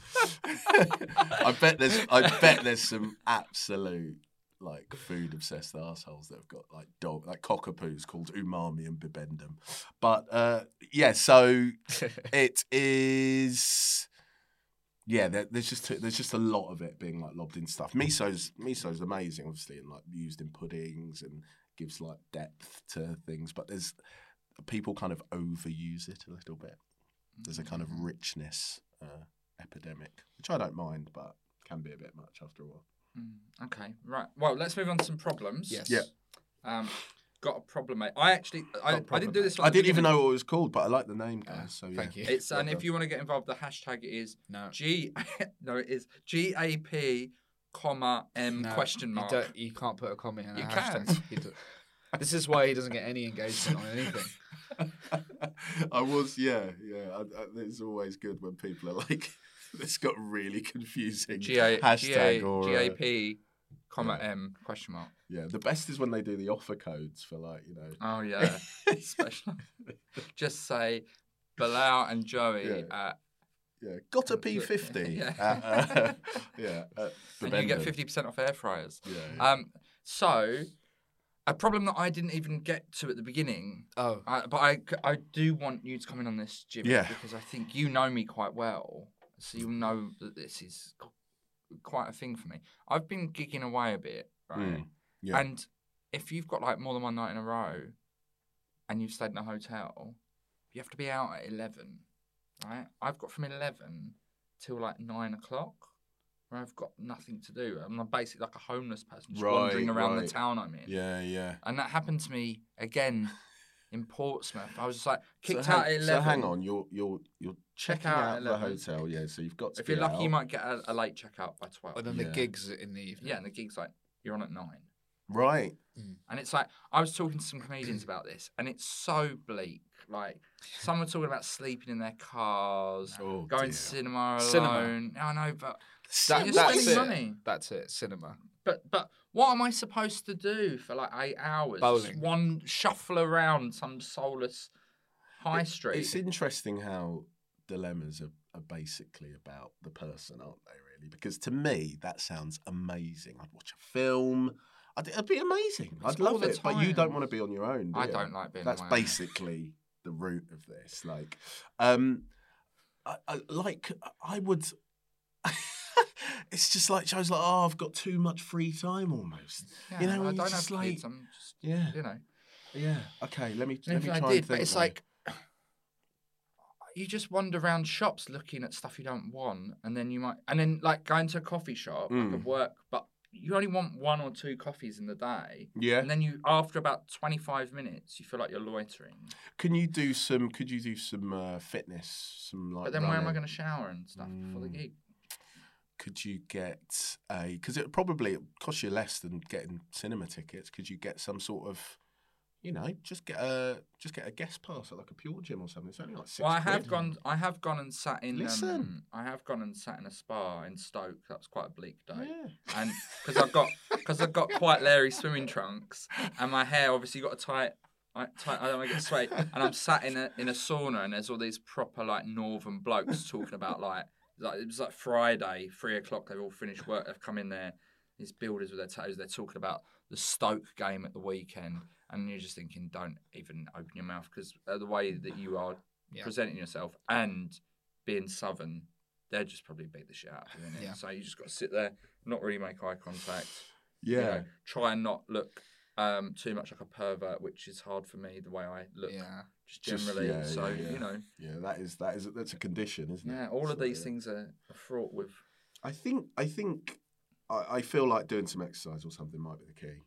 Bibendum. I bet there's I bet there's some absolute like food obsessed assholes that have got like dog like cockapoos called umami and bibendum. But uh yeah, so it is yeah, there, there's just there's just a lot of it being like lobbed in stuff. Miso's miso's amazing, obviously, and like used in puddings and gives like depth to things. But there's people kind of overuse it a little bit. There's a kind of richness uh, epidemic, which I don't mind, but can be a bit much after a while.
Okay, right. Well, let's move on to some problems.
Yes.
Yeah.
Um, got a problem, mate. I actually, I,
Got a
I didn't do
problem,
this.
I didn't even know what it was called, but I like the name, guys. so yeah.
Thank you.
It's and if Ah, you want to get involved, the hashtag is
No.
G. no, it is G A P, comma M
No,
question mark.
You, don't- you can't put a comma in a
You
hashtag.
can.
He do- this is why he doesn't get any engagement on anything.
I was, yeah, yeah. I, I, it's always good when people are like, this got really confusing.
G A G A
hashtag or
G A
uh,
P, comma M question mark.
yeah. The best is when they do the offer codes for like you know.
Oh yeah, special. Just say, Bilal and Joey.
Yeah.
Uh,
Yeah, got a P fifty.
Yeah.
Yeah, yeah. at
and you get
Bibendum.
fifty percent off air fryers.
Yeah, yeah.
Um, so a problem that I didn't even get to at the beginning.
Oh.
I, but I, I do want you to comment on this, Jimmy,
Yeah.
because I think you know me quite well, so you'll know that this is qu- quite a thing for me. I've been gigging away a bit, right?
Mm, yeah.
And if you've got like more than one night in a row, and you've stayed in a hotel, you have to be out at eleven, right? I've got from eleven till like nine o'clock, where I've got nothing to do. I'm basically like a homeless person, just wandering
Right,
around the
right.
town I'm in.
Yeah, yeah.
And that happened to me again in Portsmouth. I was just like kicked
so
out
hang,
at 11.
so hang on, you're you're you're
Check
checking
out
out,
at
the
11.
hotel, yeah. So you've got to.
If you're
be
lucky, you miut
out.
get a, a late checkout by 12.
And Oh, then
Yeah.
the gigs in the evening.
yeah, and the gig's like, you're on at 9.
Right.
And it's like, I was talking to some comedians about this, and it's so bleak. Like, some were talking about sleeping in their cars,
Oh,
going
dear.
to cinema alone.
Cinema.
I know, but
That-
you're
that's it.
spending money.
That's it. Cinema.
But but what am I supposed to do for like eight hours? Just
Bowling.
one shuffle around some soulless high
It-
street.
It's interesting how dilemmas are, are basically about the person, aren't they? Really, because to me that sounds amazing. I'd watch a film. I'd, it'd be amazing.
It's
I'd
all
love
the
it. But you
time.
don't want to be on your own. Do
I
you?
don't like being on
That's
my own.
basically the root of this. Like, um, I, I, like I would. it's just like shows like oh I've got too much free time almost.
Yeah,
you know,
I
when
don't
you
have
just like
kids. I'm just,
yeah,
you know.
yeah. Okay, let me
And
let me
if
try
I
and
did,
think.
but it's
now.
like you just wander around shops looking at stuff you don't want, and then you might, and then like going to a coffee shop like
Mm.
at work, but you only want one or two coffees in the day.
Yeah.
And then you, after about twenty-five minutes, you feel like you're loitering.
Can you do some? Could you do some uh, fitness? Some like.
but then where am I
running? Mm.
going to shower and stuff before the gig?
Could you get a? Because it probably cost you less than getting cinema tickets. Could you get some sort of you know, just get a just get a guest pass at like a pure gym or something. It's only like six.
Well, I have
quid.
gone. I have gone and sat in. Um,
Listen.
I have gone and sat in a spa in Stoke. That was quite a bleak day.
Yeah.
And because I've got because I've got quite leery swimming trunks, and my hair obviously got a tight. I, tight, I don't want to get sweaty. And I'm sat in a in a sauna, and there's all these proper like northern blokes talking about like like it was like Friday, three o'clock. They've all finished work. They've come in there. These builders with their toes. They're talking about the Stoke game at the weekend, and you're just thinking, don't even open your mouth because the way that you are
Yeah.
presenting yourself and being southern, they'll just probably beat the shit out of you. innit?
Yeah.
So you just got to sit there, not really make eye contact. you
Yeah.
know, try and not look um, too much like a pervert, which is hard for me the way I look.
Yeah.
Just
Just-
generally,
yeah,
so
yeah, yeah.
you know,
Yeah, that is that is that's a condition, isn't it?
yeah, all of
So,
these
yeah.
things are are fraught with.
I think I think I, I feel like doing some exercise or something might be the key.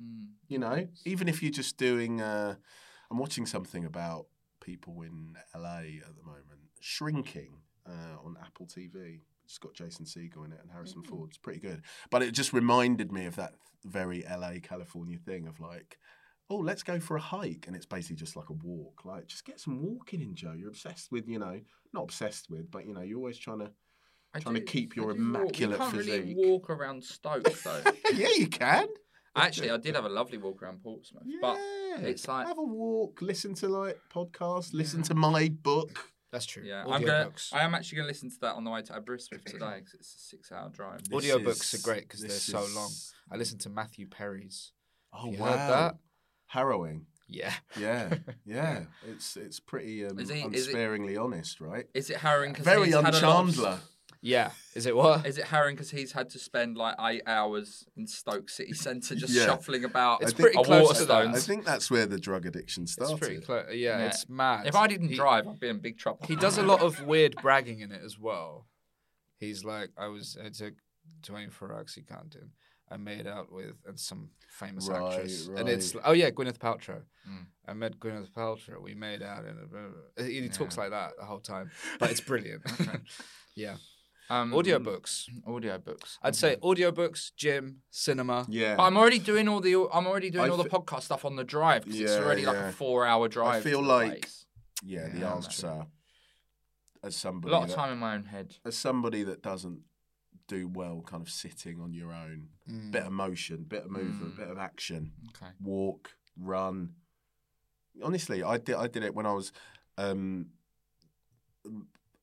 Mm.
You know, even if you're just doing. Uh, I'm watching something about people in LA at the moment shrinking uh, on Apple TV. It's got Jason Segel in it and Harrison Ford. It's pretty good, but it just reminded me of that very LA California thing of like. Oh, let's go for a hike, and it's basically just like a walk. Like, just get some walking in, Joe. You're obsessed with, you know, not obsessed with, but you know, you're always trying to
I
Trying to keep your
I do walk-
immaculate
You can't really
physique.
walk around Stoke though.
yeah, you can.
Actually, I did have a lovely walk around Portsmouth, but it's like
have a walk, listen to like podcasts, listen to my book.
That's true.
Yeah, I'm gonna.
Audiobooks.
I am actually gonna listen to that on the way to Aberystwyth today because it's a six-hour drive.
This
Audiobooks
is-
are great because they're
this
so
is-
long. I listened to Matthew Perry's.
Oh
You
wow,
heard that?
harrowing.
Yeah.
Yeah, yeah. It's it's pretty um,
Is he- is it-
unsparingly honest, right?
Is it harrowing? 'cause
Very
he's had a lot of-
unchandler.
Yeah. Is it what?
Is it harrowing because he's had to spend like eight hours in Stoke City Centre just
Yeah.
shuffling about?
It's
a
pretty close to that.
Waterstones?
I think that's where the drug addiction started.
It's pretty close. Yeah,
Yeah.
It's mad.
If I didn't
He-
drive, I'd be in big trouble.
He does a lot of weird bragging in it as well. He's like, I was, I took 24 OxyContin. I made out with and some famous
Right,
actress, and it's
right.
oh yeah, Gwyneth Paltrow. I met Gwyneth Paltrow. We made out, and blah, blah, blah. he he talks like that the whole time, but it's brilliant. yeah,
um,
audiobooks.
audiobooks.
I'd say audiobooks, gym, cinema.
Yeah.
But I'm already doing all the I'm already doing
I
all the
fe-
podcast stuff on the drive 'cause it's
Yeah,
already like
yeah.
a four-hour drive.
feel
to the
like-
place.
yeah, the
Yeah,
answer. As
a
somebody
lot of
that-
time in my own head.
as somebody that doesn't do well kind of sitting on your own, bit of motion, bit of
Mm.
movement, bit of action,
Okay.
walk, run. Honestly, I did I did it when I was um,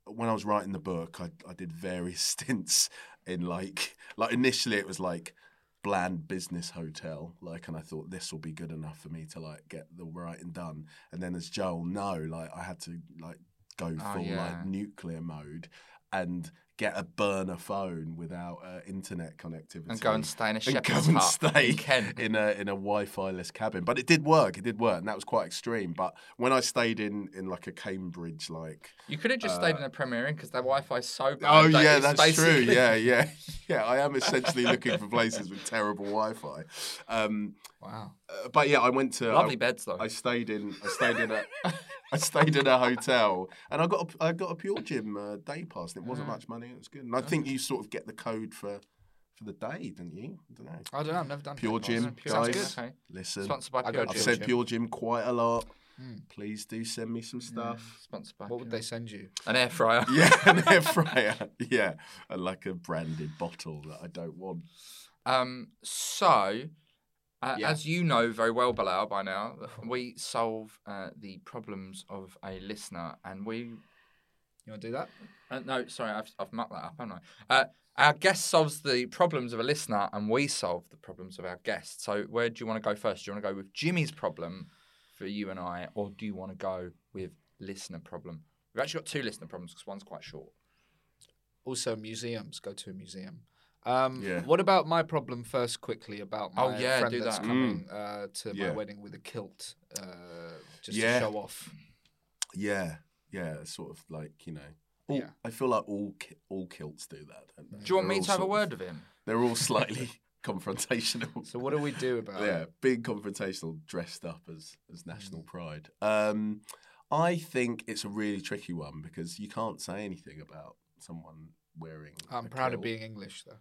when I was writing the book, I, I did various stints in like like initially it was like bland business hotel like and I thought this will be good enough for me to like get the writing done and then as Joel know like I had to like go
Oh,
full
yeah.
like nuclear mode and get a burner phone without uh, internet connectivity
And go and stay in a
and go
shepherd's
and
hut
stay
in Kent.
in a in a Wi-Fi-less cabin. But it did work. It did work, and that was quite extreme. But when I stayed in in like a Cambridge, like
You could have just stayed in a Premier Inn because their Wi-Fi is so bad.
uh, oh
that
yeah,
it's
that's
basically-
true. Yeah, yeah, yeah. I am essentially looking for places with terrible Wi-Fi. Um,
Wow.
uh, but yeah, I went to
Lovely
I-
beds though.
I stayed in. I stayed in a. I stayed in a hotel, and I got a, I got a Pure Gym uh, day pass. And it
Ah.
wasn't much money. and It was good, and I think you sort of get the code for for the day, didn't you? I don't know.
I don't know. I've never done
Pure
Pitboss.
Gym,
Pure
guys.
Gym, okay.
Listen,
Sponsored by
I
Pure
got
I've
Gym. Hmm.
Pure
said
Gym.
Pure Gym quite a lot. Please do send me some stuff.
Sponsored by
What would
Pure-
they send you?
An air fryer.
Yeah, an air fryer. Yeah, and like a branded bottle that I don't want.
Um. So, uh,
Yeah.
as you know very well, Bilal, by now, we solve uh, the problems of a listener, and we.
You want to do that?
Uh, no, sorry, I've I've mucked that up, haven't I? Uh, our guest solves the problems of a listener, and we solve the problems of our guest. So, where do you want to go first? Do you want to go with Jimmy's problem for you and I, or do you want to go with listener problem? We've actually got two listener problems because one's quite short.
also museums. Go to a museum. Um,
Yeah.
What about my problem first, quickly about my
Oh, yeah,
friend
do
that's
that.
coming uh, to
Mm. Yeah.
my wedding with a kilt, uh, just
Yeah.
to show off.
Yeah, yeah, it's sort of like you know. all-
Yeah.
I feel like all ki- all kilts do that. Don't they?
Do you want
They're
me
all
to have a
sort
word with him?
They're all slightly confrontational.
So what do we do about
yeah,
it?
being confrontational, dressed up as as
Hmm.
national pride. Um, I think it's a really tricky one because you can't say anything about someone wearing.
I'm
a
proud of
kilt.
being English, though.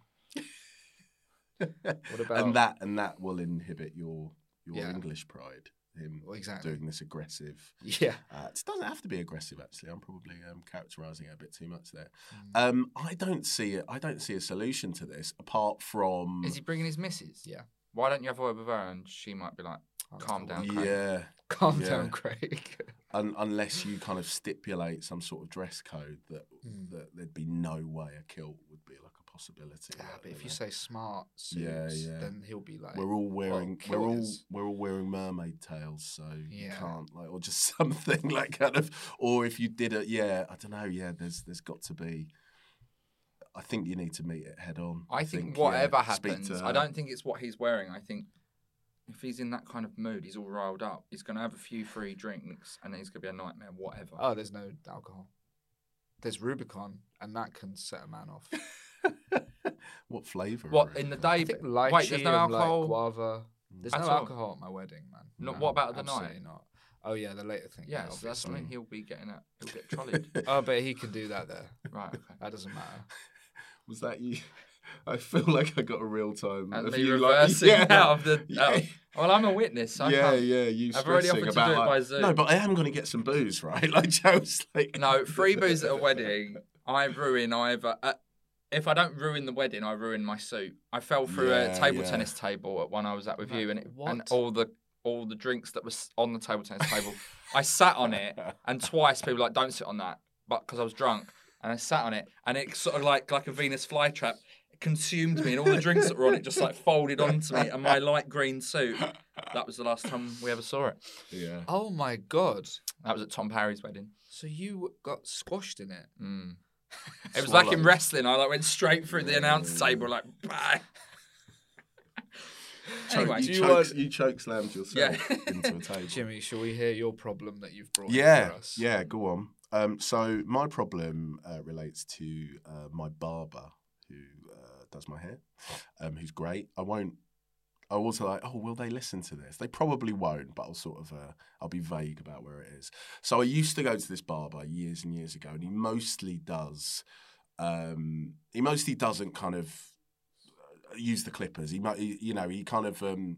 what about
and that and that will inhibit your your
Yeah.
English pride. him
Well, exactly.
doing this aggressive.
Yeah.
Uh, it doesn't have to be aggressive, actually. I'm probably um, characterising it a bit too much there.
Mm.
Um, I don't see it. I don't see a solution to this apart from
Is he bringing his missus?
Yeah.
Why don't you have a word with her? And she might be like, calm down, Craig.
yeah,
Calm
Yeah.
down, Craig.
un- unless you kind of stipulate some sort of dress code that
Mm.
that there'd be no way a kilt would be like a possibility.
Yeah,
like,
Ah, but
you
if
know.
you say smart
Yeah,
suits,
yeah.
then he'll be like,
we're all wearing
well,
we're all
kilters.
we're all wearing mermaid tails, so you
Yeah.
can't like or just something like kind of or if you did it, yeah, I don't know, yeah, there's there's got to be. I think you need to meet it head on.
I think,
yeah,
whatever
speak
happens,
to
I
her.
don't think it's what he's wearing. I think if he's in that kind of mood, he's all riled up. He's going to have a few free drinks and it's going to be a nightmare, whatever.
oh, there's no alcohol. There's Rubicon, and that can set a man off.
What flavour?
what,
are
in the
it?
day?
I think lychee
Wait, there's no
and like
alcohol?
guava. There's
At
no
all?
alcohol at my wedding, man.
No, what about the night?
absolutely Not. Oh yeah, the later thing.
yeah,
Yeah,
so that's something
obviously.
he'll be getting at. He'll get trolleyed.
Oh, but he can do that there.
right, okay.
That doesn't matter.
Was that you? I feel like I got a real time.
And
of
me
you,
reversing
yeah,
out of the.
yeah.
out of- well, I'm a witness. So I
yeah,
can't-
yeah, you
I've already
stressing
offered to
about
do it
like,
by Zoom.
No, but I am going to get some booze, right? Like Joe's like
No, free booze at a wedding. I ruin either. Uh, if I don't ruin the wedding, I ruin my suit. I fell through
Yeah,
a table
yeah.
tennis table at one I was at with
Mate,
you, and, it, and
what?
all the all the drinks that was on the table tennis table. I sat on it, and twice people were like, "Don't sit on that," but because I was drunk, and I sat on it, and it sort of like like a Venus flytrap consumed me, and all the drinks that were on it just like folded onto me, and my light green suit. That was the last time we ever saw it.
Yeah.
Oh my god!
That was at Tom Parry's wedding.
So you got squashed in it.
Mm. It was like in
Swallowed.
wrestling. I like went straight through the announce table, like bang. anyway,
you,
do you
choke,
want-
you choke slammed yourself
Yeah.
into a table.
Jimmy, shall we hear your problem that you've brought? in
Yeah,
for us?
yeah, go on. Um, so my problem uh, relates to uh, my barber who uh, does my hair, um, who's great. I won't. I was like, oh, will they listen to this? They probably won't, but I'll sort of, uh, I'll be vague about where it is. So I used to go to this barber years and years ago, and he mostly does, um, he mostly doesn't kind of uh, use the clippers. He, mo- he you know, he kind of. Um,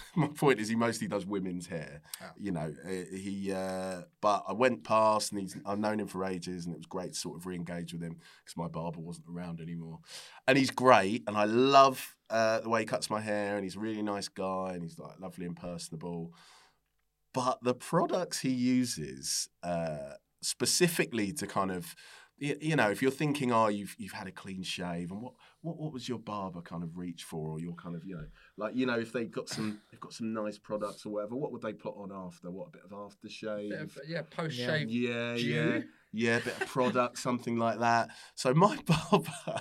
my point is, he mostly does women's hair. You know, eh, he. Uh, but I went past, and he's. I've known him for ages, and it was great to sort of re-engage with him because my barber wasn't around anymore. And he's great, and I love uh, the way he cuts my hair, and he's a really nice guy, and he's like lovely and personable. But the products he uses, uh, specifically to kind of y- you know, if you're thinking, oh, you've you've had a clean shave, and what what what was your barber kind of reach for, or your kind of you know, like you know, if they've got some they've got some nice products or whatever, what would they put on after? What a bit of aftershave?
Yeah, but yeah, post shave.
Yeah,
Do
yeah.
you?
Yeah, a bit of product, something like that. So my barber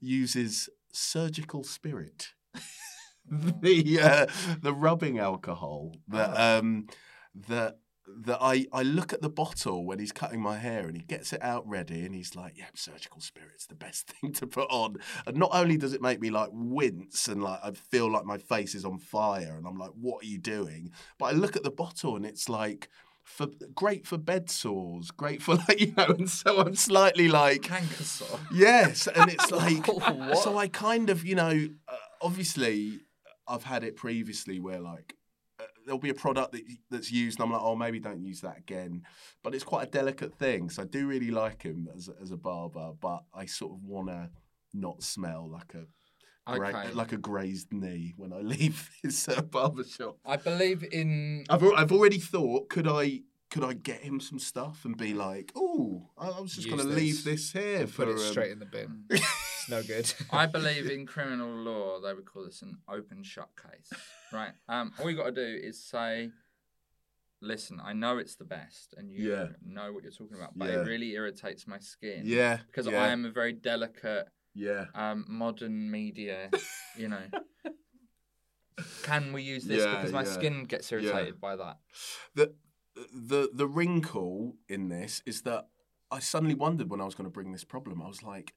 uses surgical spirit. the uh, the rubbing alcohol that um that that I, I look at the bottle when he's cutting my hair and he gets it out ready and he's like, yeah, surgical spirit's the best thing to put on. And not only does it make me like wince and like I feel like my face is on fire and I'm like, what are you doing? But I look at the bottle and it's like for great for bed sores, great for like you know, and so I'm slightly like
Canker sore.
Yes, and it's like so. I kind of, you know, uh, obviously, uh, I've had it previously where like uh, there'll be a product that, that's used, and I'm like, oh, maybe don't use that again. But it's quite a delicate thing, so I do really like him as as a barber, but I sort of wanna not smell like a. gra-
Okay.
Like a grazed knee when I leave his uh, barber shop.
I believe in.
I've al- I've already thought, could I could I get him some stuff and be like, oh, I I was just
Use
going to
this.
leave this here for
Put it
um,
straight in the bin. it's no good.
I believe in criminal law. They would call this an open shut case, right? Um, all you got to do is say, "Listen, I know it's the best, and you
Yeah.
know what you're talking about, but
Yeah.
it really irritates my skin."
Yeah,
because
yeah.
I am a very delicate
Yeah.
um, modern media, you know. Can we use this
Yeah,
because my
yeah,
skin gets irritated by that?
The the the wrinkle in this is that I suddenly wondered when I was going to bring this problem. I was like,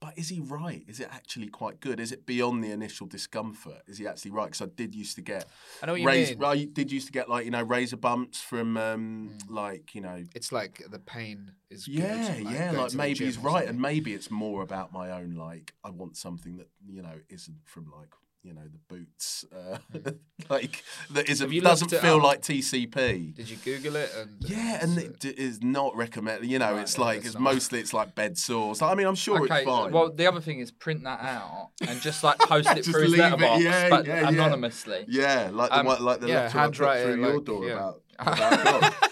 but is he right? Is it actually quite good? Is it beyond the initial discomfort? Is he actually right? Because I did used to get
I know what you
razor-
mean.
I did used to get like you know razor bumps from um, like you know
It's like the pain is.
yeah,
Mm. good,
yeah.
going
Like
to the
maybe
gym
he's
or
right,
something.
and maybe it's more about my own. Like I want something that you know isn't from like you know the boots, uh,
Mm.
like that is
Have you
it doesn't
looked it
feel
up?
like TCP.
Did you Google it? And
Yeah, and it d- is not recommended. You know,
Right,
it's
yeah,
like
it's
it's,
not.
mostly it's like bed sores. I mean, I'm sure
okay.
it's fine.
Well, the other thing is print that out and just like post it
Just
through his
leave it,
letterbox,
yeah,
but
yeah, yeah.
anonymously.
yeah, like
um,
the one, like the
yeah,
letter I put
handwriting,
through your
like,
door
yeah.
about. about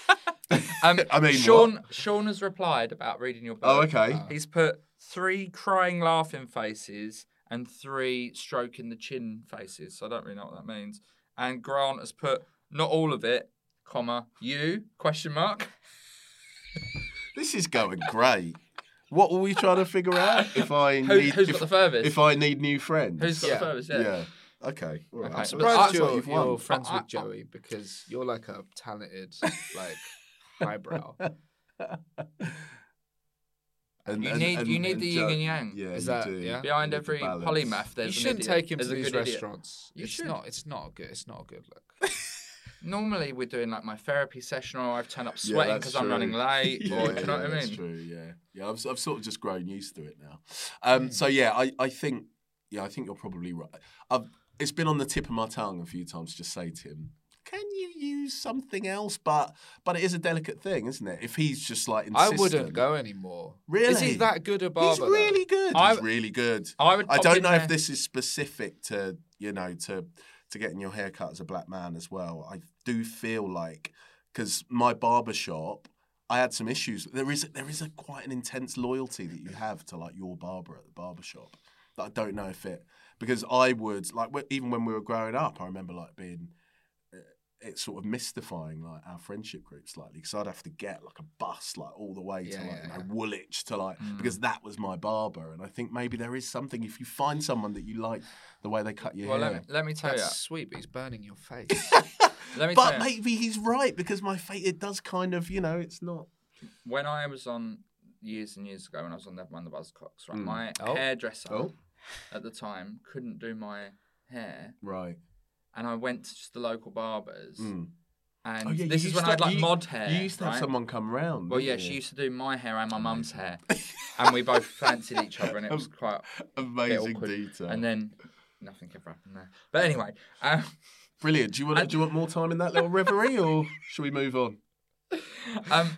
God.
Um,
I mean,
Sean Sean has replied about reading your book.
Oh, okay.
He's put three crying, laughing faces and three stroking the chin faces. So I don't really know what that means. And Grant has put not all of it, comma you question mark.
This is going great. What were we trying to figure out? If I
Who,
need,
who's
if,
got the furthest?
if I need new friends.
who's got
Yeah.
the furthest?
yeah.
Yeah.
Okay. all right.
Okay.
I'm
surprised
surprised that's what
you're,
you've
you're
won.
friends
I- I-
with Joey because you're like a talented, like highbrow.
And-
You
and-
need-
and-
you need
and
the yin
jo-
and yang.
Yeah,
Is
you
that-
do.
yeah?
Behind
You need the
every
balance.
polymath, there's
you
an
shouldn't
idiot.
take him to
There's a
these
good idiot.
restaurants.
You
it's
should.
not. It's not a good. It's not a good look.
Normally we're doing like my therapy session, or I've turned up
Yeah,
sweating
that's
because I'm
true.
running late.
yeah,
or, do you know
yeah,
what I
that's
mean?
true. Yeah, yeah. I've, I've sort of just grown used to it now. Um, So
Mm.
yeah, I, I think yeah, I think you're probably right. I've it's been on the tip of my tongue a few times. to Just say to him, can you use something else? But but it is a delicate thing, isn't it? If he's just like
I
insistent,
wouldn't go anymore.
Really?
Is he that good a barber?
He's really good.
I-
he's really good.
I would
I
pop
don't
in
know
there.
if this is specific to you know to to getting your hair cut as a black man as well. I do feel like because my barber shop, I had some issues. There is there is a quite an intense loyalty that you have to like your barber at the barber shop. That I don't know if it because I would like wh- even when we were growing up, I remember like being it's sort of mystifying like our friendship group slightly because I'd have to get like a bus like all the way to
Yeah,
like
yeah,
You know, Woolwich to like
Mm.
because that was my barber and I think maybe there is something if you find someone that you like the way they cut your
Well,
hair.
let me, let me tell
That's sweet, but he's burning your face.
you. Let me tell
but
you.
maybe he's right because my fate it does kind of you know it's not
When I was on years and years ago, when I was on Never Mind the Buzzcocks, right? My
Oh.
hairdresser
Hmm. Oh.
at the time couldn't do my hair,
right.
and I went to just the local barbers. And
Hmm. Oh yeah,
this
you
is
used
when
to
I had
have-
like
you-
mod hair.
You used to have
right?
someone come round.
Well, yeah,
didn't
she
you?
used to do my hair and my mum's hair, and we both fancied each other, and it was quite a bit
amazing
awkward.
detail.
And then nothing ever happened there. But anyway, um,
Brilliant. Do you want do you want more time in that little reverie or should we move on?
um,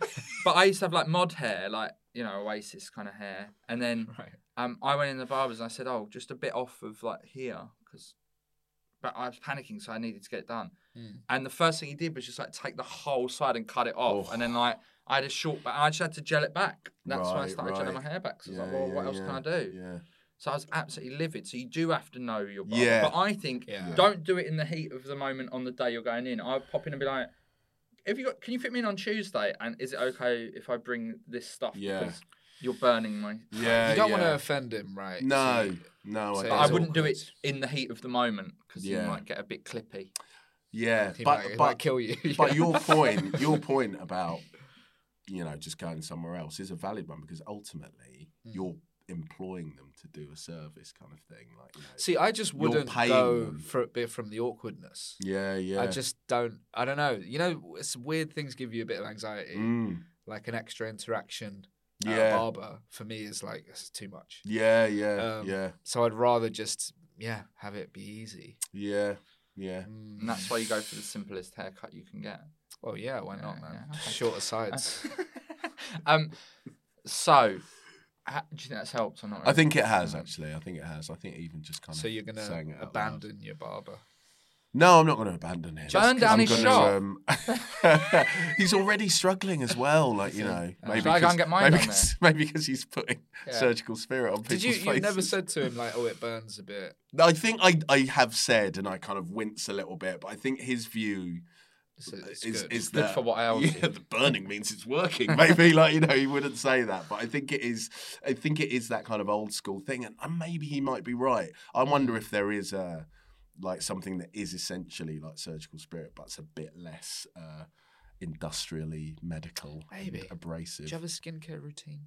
but I used to have like mod hair, like you know Oasis kind of hair, and then um, I went in the barbers and I said, "Oh, just a bit off of like here," because but I was panicking, so I needed to get it done.
Hmm.
And the first thing he did was just like take the whole side and cut it
Oh.
off, and then like I had a short, but I just had to gel it back. That's when I
Right,
started gelling my
right.
hair back. So I was like,
Yeah,
"Well, what
yeah,
else
yeah,
can I do?"
Yeah.
So I was absolutely livid. So you do have to know your barber.
Yeah.
But I think
Yeah.
don't do it in the heat of the moment on the day you're going in. I'll pop in and be like, "Have you got? Can you fit me in on Tuesday? And is it okay if I bring this stuff?
Yeah.
Because you're burning my.
Yeah.
you don't want to
yeah.
offend him, right?
No,
So-
no,
so
I
it's
don't.
But I
That's
wouldn't do
awkward.
it in the heat of the moment because
Yeah.
you might get a bit clippy.
Yeah,
He
but
might- he
but
might kill you,
But
yeah.
your point, your point about you know just going somewhere else is a valid one because ultimately you're employing them to do a service kind of thing. Like, you know,
See, I just
You're
wouldn't
paying
go
them.
for it from the awkwardness.
yeah, yeah.
I just don't. I don't know. You know, it's weird things give you a bit of anxiety.
Mm.
Like an extra interaction. at a
Yeah.
barber for me is like it's too much.
yeah, yeah,
Um,
yeah,
So I'd rather just yeah have it be easy.
yeah, yeah.
And that's why you go for the simplest haircut you can get.
Oh yeah, why not,
Yeah,
man?
yeah, okay.
Shorter sides.
um, so ha- do you think that's helped or not?
I think it has actually. I think it has. I think even just kind of.
so you're gonna
saying it out loud.
abandon your barber.
No, I'm not going to abandon him.
Burn down
I'm
his
gonna,
shop.
um, he's already struggling as well. Like you know, maybe
Should I go
'cause-
and get mine
maybe
done
'cause- maybe 'cause he's putting
Yeah.
surgical spirit on
Did
people's
you? You never
faces.
said to him like, oh, it burns a bit.
I think I, I have said, and I kind of wince a little bit, but I think his view
It's, it's
Uh, is,
good.
is
good
that
for what else?
Yeah, the burning means it's working. Maybe like you know he wouldn't say that, but I think it is. I think it is that kind of old school thing, and, and maybe he might be right. I wonder if there is a like something that is essentially like surgical spirit, but's a bit less uh, industrially medical, and
Maybe. Do
abrasive.
you have a skincare routine?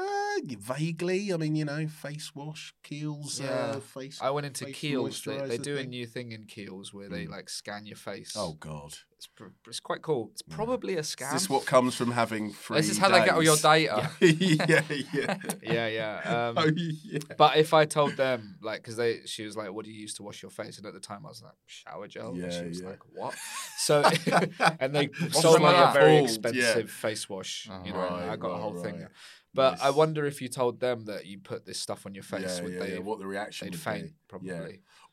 Uh, vaguely, I mean, you know, face wash, Kiehl's, uh, face.
I went into
face
Kiehl's. They, they
moisturiser
do a
thing.
Mm. new thing in Kiehl's where they like scan your face.
Oh God.
It's, pr- it's quite cool. It's probably a scam.
Is this what comes from having free?
This is how they get all your
days?
data.
yeah, yeah.
Yeah, yeah. Um,
Oh, yeah.
But if I told them, like, because they, she was like, "What do you use to wash your face?" And at the time, I was like, "Shower gel." and
Yeah,
she was
yeah.
like, "What?" So, and they
What's
sold
wrong with
like a
that?
very
Old, yeah.
expensive face wash. you know, and
Right,
I got a
right,
whole thing.
right.
But I
Yes.
wonder if you told them that you put this stuff on your face,
yeah,
would
yeah,
they?
yeah, what the reaction
they'd
would
faint,
be.
probably.
Yeah.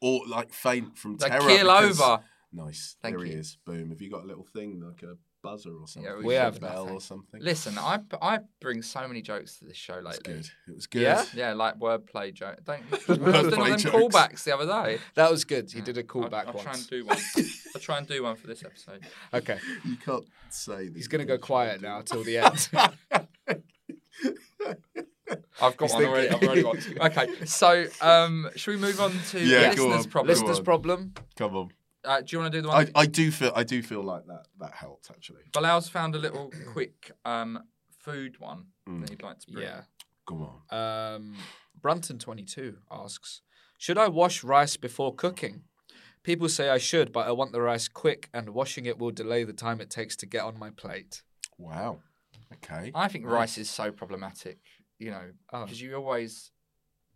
Or like faint from
Like,
terror.
keel
because-
over.
Nice.
Thank
there he
you.
is. Boom. Have you got a little thing like a buzzer or something?
we
Like
We
a
have
bell
nothing.
or something.
Listen, I I bring so many jokes to this show
It's
lately.
good. It was good.
Yeah?
Yeah, like wordplay joke. Don't I was doing one of them
Wordplay jokes.
callbacks the other day.
That was good. You did a
I'll,
callback
Mm. I'll
once.
try and do one. I'll try and do one for this episode.
Okay,
You can't say this.
he's gonna go quiet now till the end.
I've got
He's
one already. I've already got two. Okay, so um, should we move on to
Yeah, go
listeners'
on.
problems?
Go
Listeners'
on.
problem.
Come on.
Uh, do you want to do the one?
I, I do feel I do feel like that that helped actually.
Bilal's found a little quick um, food one
Mm.
that he'd like to bring.
Yeah.
Come on.
Um, Brunton22 asks Should I wash rice before cooking? People say I should, but I want the rice quick, and washing it will delay the time it takes to get on my plate.
Wow. Okay.
I think rice is so problematic, you know,
Oh.
because you always,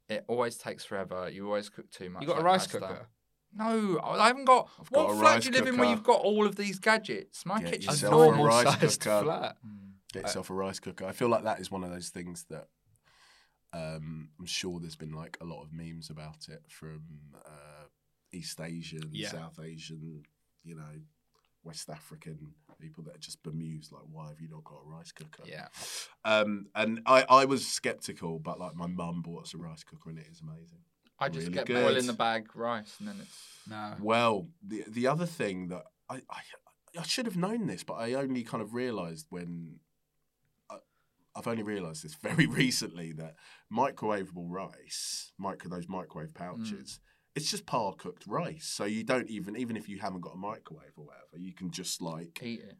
it always takes forever. You always cook too much.
You got a
like
rice
pasta.
cooker?
No, I I haven't got.
I've
what
got a
flat
rice
do you live in where
cooker.
you've got all of these gadgets? My
Get
kitchen's
A
yourself a
normal.
rice
normal-sized
cooker. Mm.
flat. Uh,
Get yourself a rice cooker. I feel like that is one of those things that um, I'm sure there's been like a lot of memes about it from uh, East Asian,
Yeah.
South Asian, you know, West African people that are just bemused, like, why have you not got a rice cooker?
Yeah.
Um, and I, I was skeptical, but like my mum bought us a rice cooker and it is amazing.
I just
Really
get
good.
boil in the bag rice and then it's.
No.
Well, the the other thing that I I, I should have known this, but I only kind of realised when I, I've only realised this very recently that microwavable rice, micro those microwave pouches, it's just par cooked rice. So you don't even even if you haven't got a microwave or whatever, you can just like
Eat it.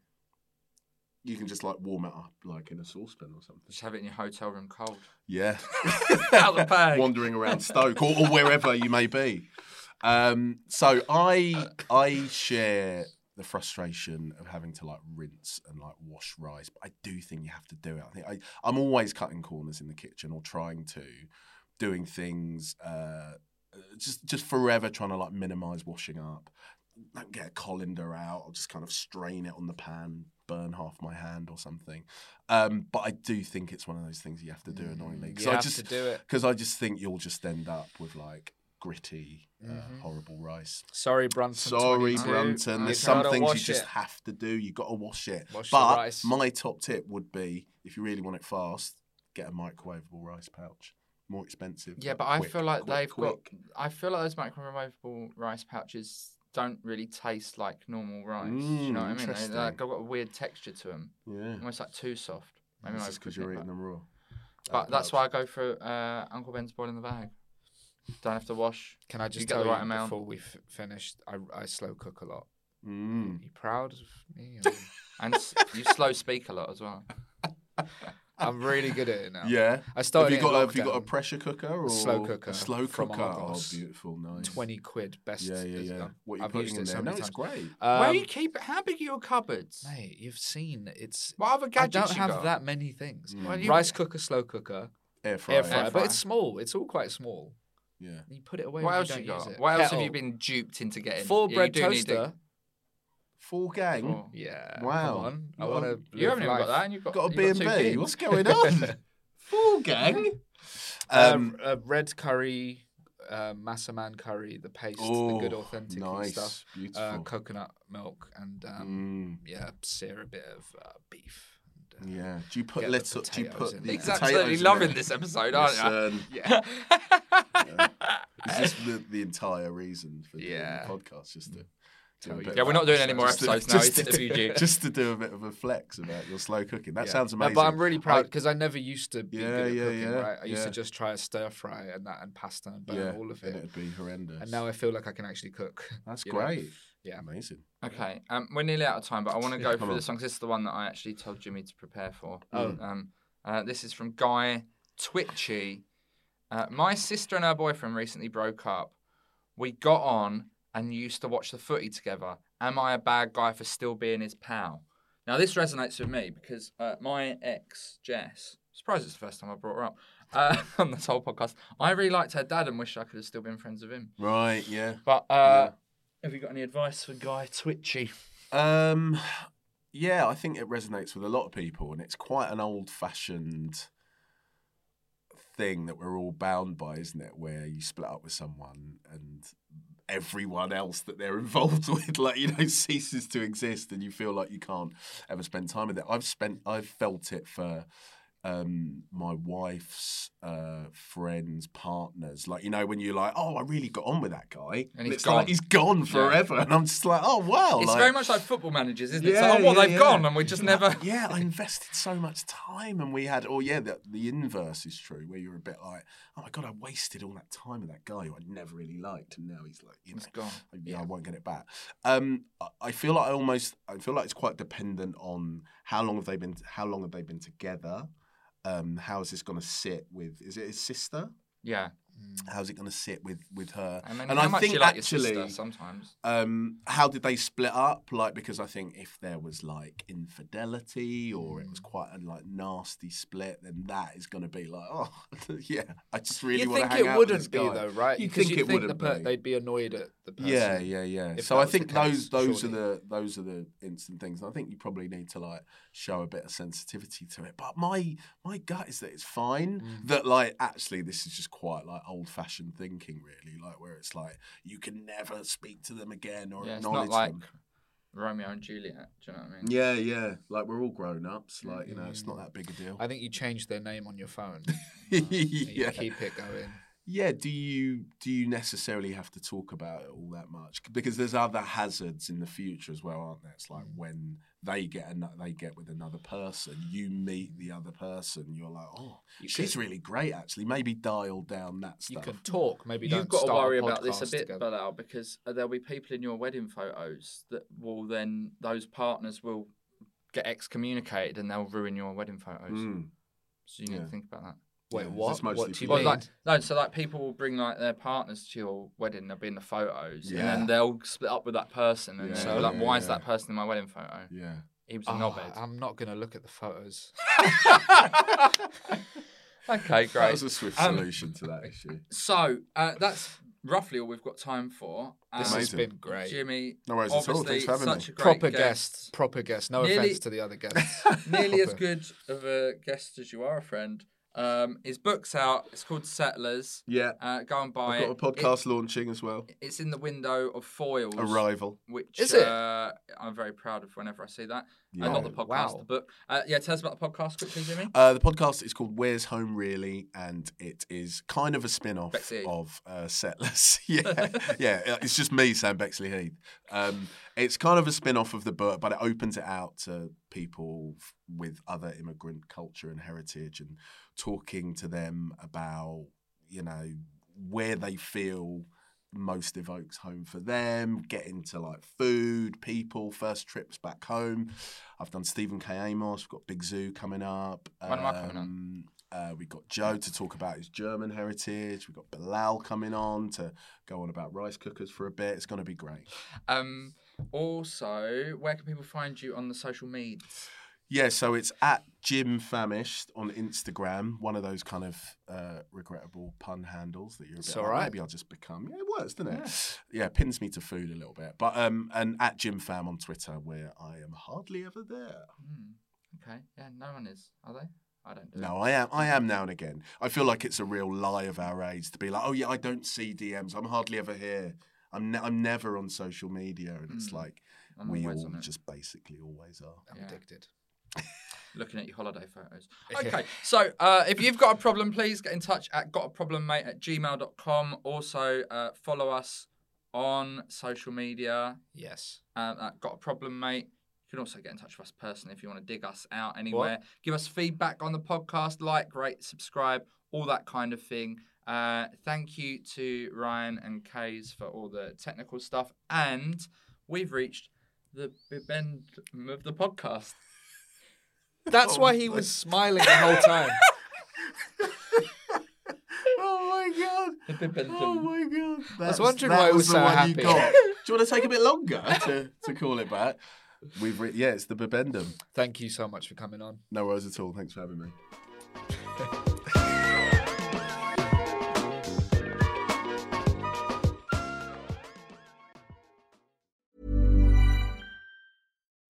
you can just like warm it up like in a saucepan or something.
Just have it in your hotel room cold.
Yeah.
Out the bag.
Wandering around Stoke or, or wherever you may be. Um, so I I share the frustration of having to like rinse and like wash rice, but I do think you have to do it. I think I, I'm always cutting corners in the kitchen or trying to, doing things, uh, just just forever trying to like minimize washing up. Like get a colander out, I'll just kind of strain it on the pan, burn half my hand or something. Um, but I do think it's one of those things you have to do annoyingly because
Mm, you
I
have
just
to do it.
because I just think you'll just end up with like gritty,
Mm-hmm.
uh, horrible rice.
Sorry, Brunton.
Sorry,
22.
Brunton.
You
There's some
gotta
things you
wash
just
it.
have to do. You got to wash it.
Wash the
but
rice.
my top tip would be if you really want it fast, get a microwavable rice pouch. More expensive.
Yeah, but I
quick,
feel like
quick,
they've
quick.
got. I feel like those microwavable rice pouches don't really taste like normal rice. Do you
Mm,
know what I mean? They,
interesting.
like, they've got a weird texture to them,
Yeah.
almost like too soft. Maybe
This
not
is because you're eating
overcooking it,
them raw.
But, but that's why I go for uh, Uncle Ben's boil in the bag. Don't have to wash.
Can I just
you get
tell
the right
you
amount?
before we f- finish? I, I slow cook a lot.
Mm.
you proud of me? or-
And s- you slow speak a lot as well.
I'm really good at it now.
Yeah.
I started
Have you
it
got
in
a, have you got a
lockdown.
pressure cooker or
Slow
a
cooker
slow
from
cooker. Oh,
Argos.
beautiful, nice.
20 quid, best.
Yeah, yeah,
is-
yeah.
um,
What are you
I've
putting
used
in
it so
there? No,
many
it's
times.
great.
Where
Um,
do you keep it? How big are your cupboards?
Mate, you've seen it. it's.
What other
I
gadgets
don't
you
have
got?
that many things.
Well, you-
Rice cooker, slow cooker,
Air fryer.
air fryer, but
fryer.
it's small. It's all quite small.
Yeah.
You put it away.
What
if
else
you,
you
don't Use
got?
it.
What else have you
Kettle.
been duped into getting?
Four
Yeah,
bread
you do need to-
toaster.
Full gang.
Four.
Yeah.
Wow.
Come on. I
You
want
are-
to.
You haven't even got that, and you've got,
Got a
you've
B and
two
B.
kids.
What's going on? Full gang. Um,
uh, red curry, uh, massaman curry, the paste, the good
Oh,
authentic and
nice,
stuff. Uh,
beautiful.
coconut milk and um,
mm,
yeah, sear a bit of uh, beef. And, uh,
yeah. Do you put
Get the
little? Do you
potatoes
put
in
the
there.
He's
potatoes
absolutely
in
loving
there?
this episode, aren't you?
uh,
Listen,
Yeah.
Is this the, the entire reason for
Yeah.
doing the podcast? Just to. do a
Tell
bit
you.
of-
Yeah, we're not doing any more
just to-
episodes now.
just
It's
to-
interviewed you.
Just to do a bit of a flex about your slow cooking. That
Yeah.
sounds
No,
amazing.
but I'm really proud because I, never used to be
Yeah,
good at
yeah,
cooking.
yeah,
right, I used to
yeah.
just try a stir fry and that and pasta and burn
yeah,
all of
and
it.
It'd be horrendous.
And now I feel like I can actually cook.
that's
you know?
great.
Yeah.
amazing.
Okay, um, we're nearly out of time, but I want to go
Come
through
on.
this one 'cause this is the one that I actually told Jimmy to prepare for.
Oh.
Um, uh, this is from Guy Twitchy. Uh, my sister and her boyfriend recently broke up. We got on and used to watch the footy together Am I a bad guy for still being his pal? Now, this resonates with me because uh, my ex, Jess, surprised it's the first time I brought her up uh, on this whole podcast. I really liked her dad and wish I could have still been friends with him.
Right, yeah.
But uh, have you got any advice for Guy Twitchy?
Um, yeah, I think it resonates with a lot of people, and it's quite an old-fashioned thing that we're all bound by, isn't it? Where you split up with someone, and everyone else that they're involved with, like you know, ceases to exist, and you feel like you can't ever spend time with it. I've spent, I've felt it for um my wife's uh friends partners like you know when you're like oh i really got on with that guy
And he's
it's
gone.
like he's gone forever and i'm just like oh wow
It's
like-
very much like football managers, isn't it? It's
Yeah,
like, oh, well,
yeah,
they've
yeah.
gone and we just never.
yeah, I invested so much time, and we had. Oh yeah, the, the inverse is true, where you're a bit like, oh my god, I wasted all that time with that guy who I never really liked, and now he's like, you know,
It's gone.
yeah, I won't get it back. Um, I, I feel like I almost, I feel like it's quite dependent on how long have they been, how long have they been together. Um, how is this going to sit with? Is it his sister?
Yeah.
How's it going to sit with with her?
I mean, Mm. how much you like your sister sometimes.
um, how did they split up? Like, because I think if there was like infidelity or it
Mm.
was quite a like nasty split, then that is going to be like, oh, yeah, I just really
you
want to
think
hang
it
out with this
wouldn't be
guy.
though, right?
You
'Cause
think
you'd
it wouldn't
the per-
be?
They'd be annoyed at the person.
Yeah, yeah, yeah.
if
So
that
I
was the
think
case,
those those
surely.
are the those are the instant things. And I think you probably need to like show a bit of sensitivity to it. But my my gut is that it's fine.
Mm.
That like actually this is just quite like old fashioned thinking, really. Like where it's like you can never speak to them again or
Yeah, it's
acknowledge
not like
them.
Romeo and Juliet. Do you know what I mean?
Yeah, yeah. Like we're all grown ups. Like you know, it's not that big a deal.
Mm, I think you change their name on your phone. and you
yeah.
keep it going.
yeah. Do you do you necessarily have to talk about it all that much? Because there's other hazards in the future as well, aren't there? It's
Mm.
like when they get another, they get with another person, you meet the other person, you're like, oh, she's really great. Actually, maybe dial down that
You
stuff.
can talk. Maybe
You've
don't
got to
start
worry about this a
podcast
bit,
together.
Bilal, because uh, there'll be people in your wedding photos that will then those partners will get excommunicated and they'll ruin your wedding photos.
Mm.
So you need
Yeah.
to think about that.
Yeah,
Wait,
it's
what?
just mostly
What do you
for
Well,
Indeed.
mean?
like no, so like people will bring like their partners to your wedding. They'll be in the photos, and
Yeah.
then they'll split up with that person. And
Yeah,
so like,
yeah,
why is
yeah. Ah,
that person in my wedding photo?
Yeah.
He was a
Oh,
knobhead.
I'm not gonna look at the photos.
okay, great.
That was a swift
Um,
solution to that issue.
So uh, that's roughly all we've got time for.
This
Um,
has
Amazing.
been great.
Jimmy,
No worries at all.
obviously
Thanks for having
such
me.
a great
proper
guest.
guest. Proper guest. No
Nearly-
offense to the other guests.
Nearly as
Proper.
good of a guest as you are a friend. Um, his book's out. It's called Settlers.
Yeah.
Uh, go and buy
I've got a
it.
podcast launching as well.
It- It's in the window of foils.
Arrival.
Which
Is it?
Uh, I'm very proud of whenever I see that. Uh,
Yeah.
not the podcast,
Wow.
the book. Uh, yeah, tell us about the podcast quickly, Jimmy.
Uh, the podcast is called Where's Home Really, and it is kind of a spin off
Bexley Heath.
of uh, Settlers. yeah, yeah. uh, It's just me, Sam Bexley Heath. Um, it's kind of a spin off of the book, but it opens it out to people f- with other immigrant culture and heritage and talking to them about, you know, where they feel most evokes home for them, get into like food, people, first trips back home. I've done Stephen K. Amos, we've got Big Zoo coming up.
When am I coming on?
Um, Uh, we've got Joe to talk about his German heritage. We've got Bilal coming on to go on about rice cookers for a bit. It's going to be great.
Um, also, where can people find you on the social medias?
Yeah, so it's at Jim Famished on Instagram, one of those kind of uh, regrettable pun handles that you're a bit
It's
like,
all right.
maybe I'll just become. Yeah, it works, doesn't it? Yeah. pins me to food a little bit. But um and at Jim Fam on Twitter where I am hardly ever there.
Hmm. Okay. Yeah, no one is, are they? I don't do
No,
it.
I am I am now and again. I feel like it's a real lie of our age to be like, Oh yeah, I don't see DMs. I'm hardly ever here. I'm ne- I'm never on social media and it's
Mm.
like
I'm
we
always
all
on it.
just basically always are.
I'm
Yeah.
addicted.
looking at your holiday photos. Okay, so uh, if you've got a problem, please get in touch at gotaproblemmate at gmail.com. Also, uh, follow us on social media
Yes.
um, at Got a Problem Mate. You can also get in touch with us personally if you want to dig us out anywhere. Give us feedback on the podcast, like, rate, subscribe, all that kind of thing. Uh, thank you to Ryan and Kays for all the technical stuff. And we've reached the bib end of the podcast. Oh,
That's why he was smiling the whole time.
oh my god.
It'd be better
Oh
to-
my god. That's,
wondering
that
why it was
the
so
one
happy.
You got. Do you want to take a bit longer to, to call it back? We've re- yeah, it's the bibendum.
Thank you so much for coming on.
No worries at all. Thanks for having me.